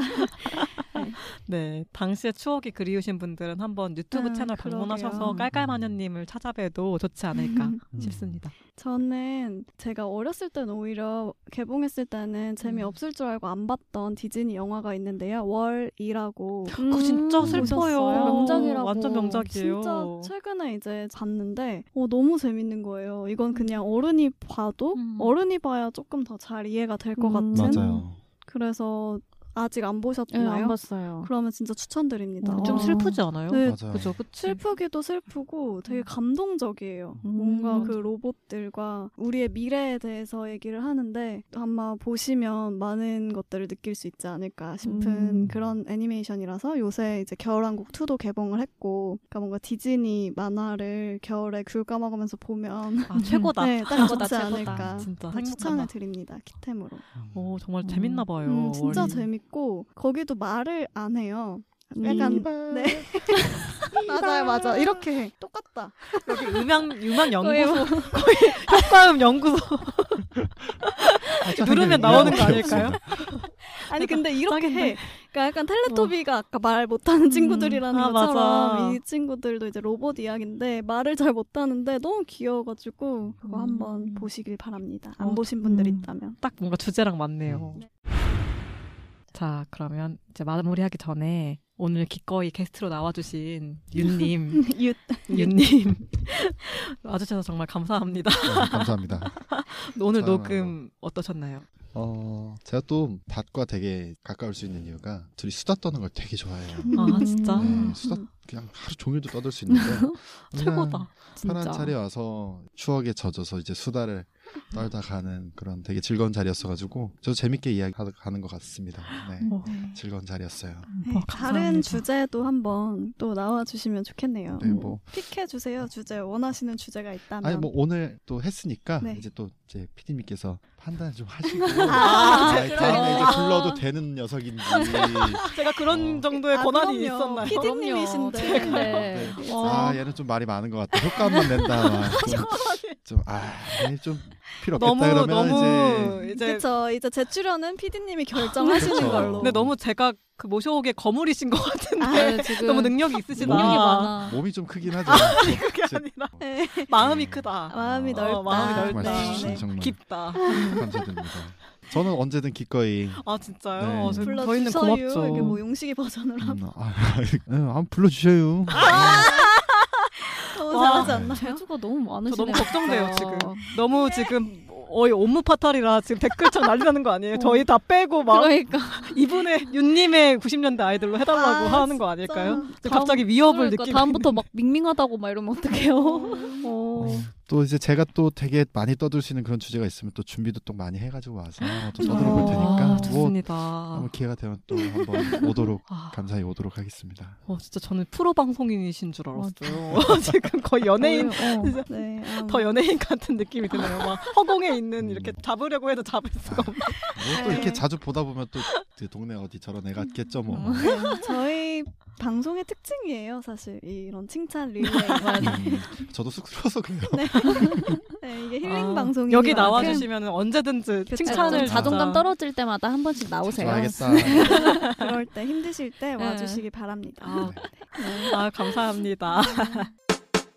A: 네, 당시의 추억이 그리우신 분들은 한번 유튜브
C: 아,
A: 채널
C: 그러게요.
A: 방문하셔서 깔깔마녀님을 찾아봬도 좋지 않을까
D: 음.
A: 싶습니다.
C: 저는 제가 어렸을 땐 오히려 개봉했을 때는 재미없을 줄 알고 안 봤던 디즈니 영화가 있는데요. 월이라고.
A: 그거 진짜
B: 음,
A: 슬퍼요.
C: 보셨어요?
B: 명작이라고.
A: 완전 명작이에요.
C: 진짜 최근에 이제 봤는데 어, 너무 재밌는 거예요. 이건 그냥 어른이 봐도
A: 음.
C: 어른이 봐야 조금 더 잘 이해가 될 것
B: 음.
C: 같은
D: 맞아요.
C: 그래서 아직 네, 안
B: 예,
C: 보셨나요?
B: 안 봤어요.
C: 그러면 진짜 추천드립니다.
B: 어.
A: 좀 슬프지 않아요?
C: 네,
D: 맞아요.
A: 그죠, 그치?
C: 슬프기도 슬프고 되게 감동적이에요.
B: 음.
C: 뭔가 그 로봇들과 우리의 미래에 대해서 얘기를 하는데 아마 보시면 많은 것들을 느낄 수 있지 않을까 싶은
B: 음.
C: 그런 애니메이션이라서 요새 이제 겨울왕국 2도 개봉을 했고 그러니까 뭔가 디즈니 만화를 겨울에 귤 까먹으면서 보면
A: 아, 최고다.
C: 네, 딱
B: 최고다,
C: 좋지
B: 최고다.
C: 않을까
A: 진짜
C: 추천을
A: 행복하다.
C: 드립니다. 키템으로.
D: 어,
A: 오, 정말 재밌나 봐요.
C: 음, 진짜
A: 월이.
C: 재밌고 거기도 말을 안 해요. 약간
D: 이봐.
C: 네. 맞아요, 맞아. 이렇게 해. 똑같다.
A: 여기 음향 음악
B: 거의
C: 뭐.
A: 연구소 거의 효과음 연구소
D: 아, 참
A: 누르면
D: 생각이
A: 나오는 거
D: 없어요.
A: 아닐까요?
C: 아니 근데 이렇게
A: 짱인데.
C: 해. 그러니까 약간 텔레토비가 아까 말 못하는 친구들이라는
A: 어. 아,
C: 것처럼
A: 맞아.
C: 이 친구들도 이제 로봇 이야기인데 말을 잘 못하는데 너무 귀여워가지고 그거
B: 음.
C: 한번 보시길 바랍니다. 안
A: 어,
C: 보신 분들
B: 음.
C: 있다면.
A: 딱 뭔가 주제랑 맞네요.
D: 음.
A: 자, 그러면 이제 마무리하기 전에 오늘 기꺼이 게스트로 나와주신 윤님,
C: 윷.
A: 윤님 와주셔서 정말 감사합니다.
D: 네, 감사합니다.
A: 오늘
D: 저는
A: 녹음 어떠셨나요?
D: 어, 제가 또 닷과 되게 가까울 수 있는 이유가 둘이 수다 떠는 걸 되게 좋아해요.
C: 음.
A: 아, 진짜
D: 네, 수다 그냥 하루 종일도 떠들 수 있는데 그냥
A: 최고다.
D: 편한 자리에 와서 추억에 젖어서 이제 수다를 떨다 가는 그런 되게 즐거운 자리였어가지고 저도 재밌게 이야기하는 것 같습니다. 네,
A: 어,
D: 즐거운 자리였어요.
C: 네,
A: 어, 감사합니다.
C: 다른 주제도 한번 또 나와주시면 좋겠네요.
D: 네, 뭐
C: 픽해 주세요. 주제 원하시는 주제가 있다면.
D: 아니 뭐 오늘 또 했으니까
C: 네.
D: 이제 또 제 피디님께서 판단 좀 하시고
C: 아,
D: 아이, 다음에 이제 불러도 되는 녀석인지
A: 제가 그런
D: 어.
A: 정도의
C: 아,
A: 권한이
C: 그럼요.
A: 있었나요?
C: 피- 피디님이신데.
B: 네.
D: 네.
A: 어.
D: 아 얘는 좀 말이 많은 것 같다 효과만 낸다 막 좀, 좀, 아, 얘좀 필요 없겠다
A: 아, 너무
D: 그러면 이제
A: 너무 이제 아,
C: 그쵸. 이제 제 출연은 피디님이 결정하시는
D: 그쵸.
C: 걸로.
A: 근데 너무 제가 그 모셔오게 거물이신 것 같은데
B: 아, 지금
A: 네. 너무 능력이 있으시다.
B: 능력이 많아.
D: 몸이 좀 크긴 하죠
A: 그게
D: 제-
A: 아니라
C: 네.
A: 마음이 크다.
C: 마음이
B: 네.
D: 어,
C: 넓다.
A: 마음이
D: 정말
A: 넓다.
D: 진짜 정말
A: 깊다.
D: 감사드립니다 저는 언제든 기꺼이
A: 아 진짜요?
D: 네.
A: 어, 저-
C: 불러
A: 저희는
C: 주셔요.
A: 고맙죠.
C: 이게 뭐 용식이 버전으로 하면
D: 음, 아, 네, 한번 불러주셔요
C: 너무
A: 와.
C: 잘하지 않나요?
B: 재주가 너무 많으시네요.
A: 저 너무 걱정돼요
B: 진짜.
A: 지금.
B: 네.
A: 너무 지금 거의 업무 파탈이라 지금 댓글창 난리 나는 거 아니에요? 저희 다 빼고 막
B: 그러니까
A: 이분의 윤님의 90년대 아이들로 해달라고
C: 아,
A: 하는 거 아닐까요?
C: 진짜.
A: 지금 갑자기 위협을
B: 그러니까
A: 느끼고
B: 다음부터 막 밍밍하다고 막 이러면 어떡해요? 네,
D: 또 이제 제가 또 되게 많이 떠들 수 있는 그런 주제가 있으면 또 준비도 또 많이 해가지고 와서 또 떠들어 볼 테니까
A: 아,
D: 뭐
A: 좋습니다.
D: 한번 기회가 되면 또 한번 오도록
A: 아,
D: 감사히 오도록 하겠습니다.
A: 어, 진짜 저는 프로 방송인이신 줄 알았어요. 지금 거의 연예인
B: 어,
A: 진짜
C: 네. 아,
A: 더 연예인 같은 느낌이 드네요. 막 허공에
C: 음.
A: 있는 이렇게 잡으려고 해도 잡을 수가 없는.
D: 뭐또 이렇게 자주 보다 보면 또 이제 동네 어디 저런 애 같겠죠 뭐.
A: 음.
C: 네, 저희 방송의 특징이에요, 사실 이런 칭찬 릴레이.
D: 음, 저도 쑥스러워서 그래요.
C: 네, 이게 힐링
A: 아,
C: 방송이
A: 여기 나와주시면 언제든지
C: 그쵸.
A: 칭찬을
B: 좀 자존감
A: 진짜-
B: 떨어질 때마다 한 번씩 나오세요.
D: 알겠다.
C: 그럴 때 힘드실 때 와주시기 바랍니다.
A: 네.
C: 네.
A: 아, 아, 감사합니다.
C: 음.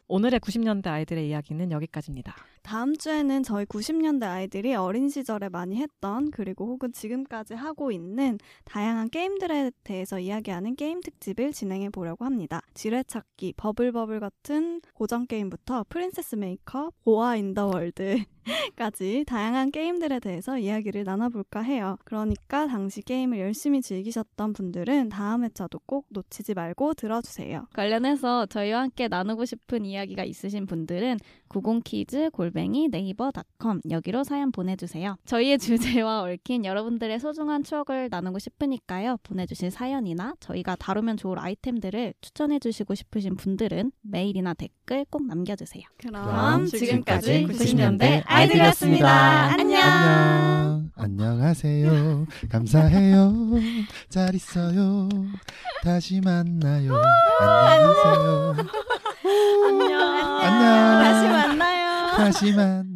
A: 오늘의 90년대 아이들의 이야기는 여기까지입니다.
C: 다음 주에는 저희 90년대 아이들이 어린 시절에 많이 했던 그리고 혹은 지금까지 하고 있는 다양한 게임들에 대해서 이야기하는 게임 특집을 진행해 보려고 합니다. 지뢰찾기, 버블버블 같은 고전 게임부터 프린세스 메이커, 보아 인더 월드까지 다양한 게임들에 대해서 이야기를 나눠볼까 해요. 그러니까 당시 게임을 열심히 즐기셨던 분들은 다음 회차도 꼭 놓치지 말고 들어주세요.
H: 관련해서 저희와 함께 나누고 싶은 이야기가 있으신 분들은 90키즈 골뱅이 네이버닷컴 여기로 사연 보내주세요. 저희의 주제와 얽힌 여러분들의 소중한 추억을 나누고 싶으니까요. 보내주실 사연이나 저희가 다루면 좋을 아이템들을 추천해주시고 싶으신 분들은 메일이나 댓글 꼭 남겨주세요.
C: 그럼
D: 지금까지
C: 지금까지
D: 90년대
C: 90년대 아이들이었습니다. 안녕!
D: 안녕. 안녕하세요. 감사해요. 잘 있어요. 다시 만나요. 아, 안녕하세요.
A: 안녕.
D: 안녕.
C: 다시 만나요.
D: 다시 만나요.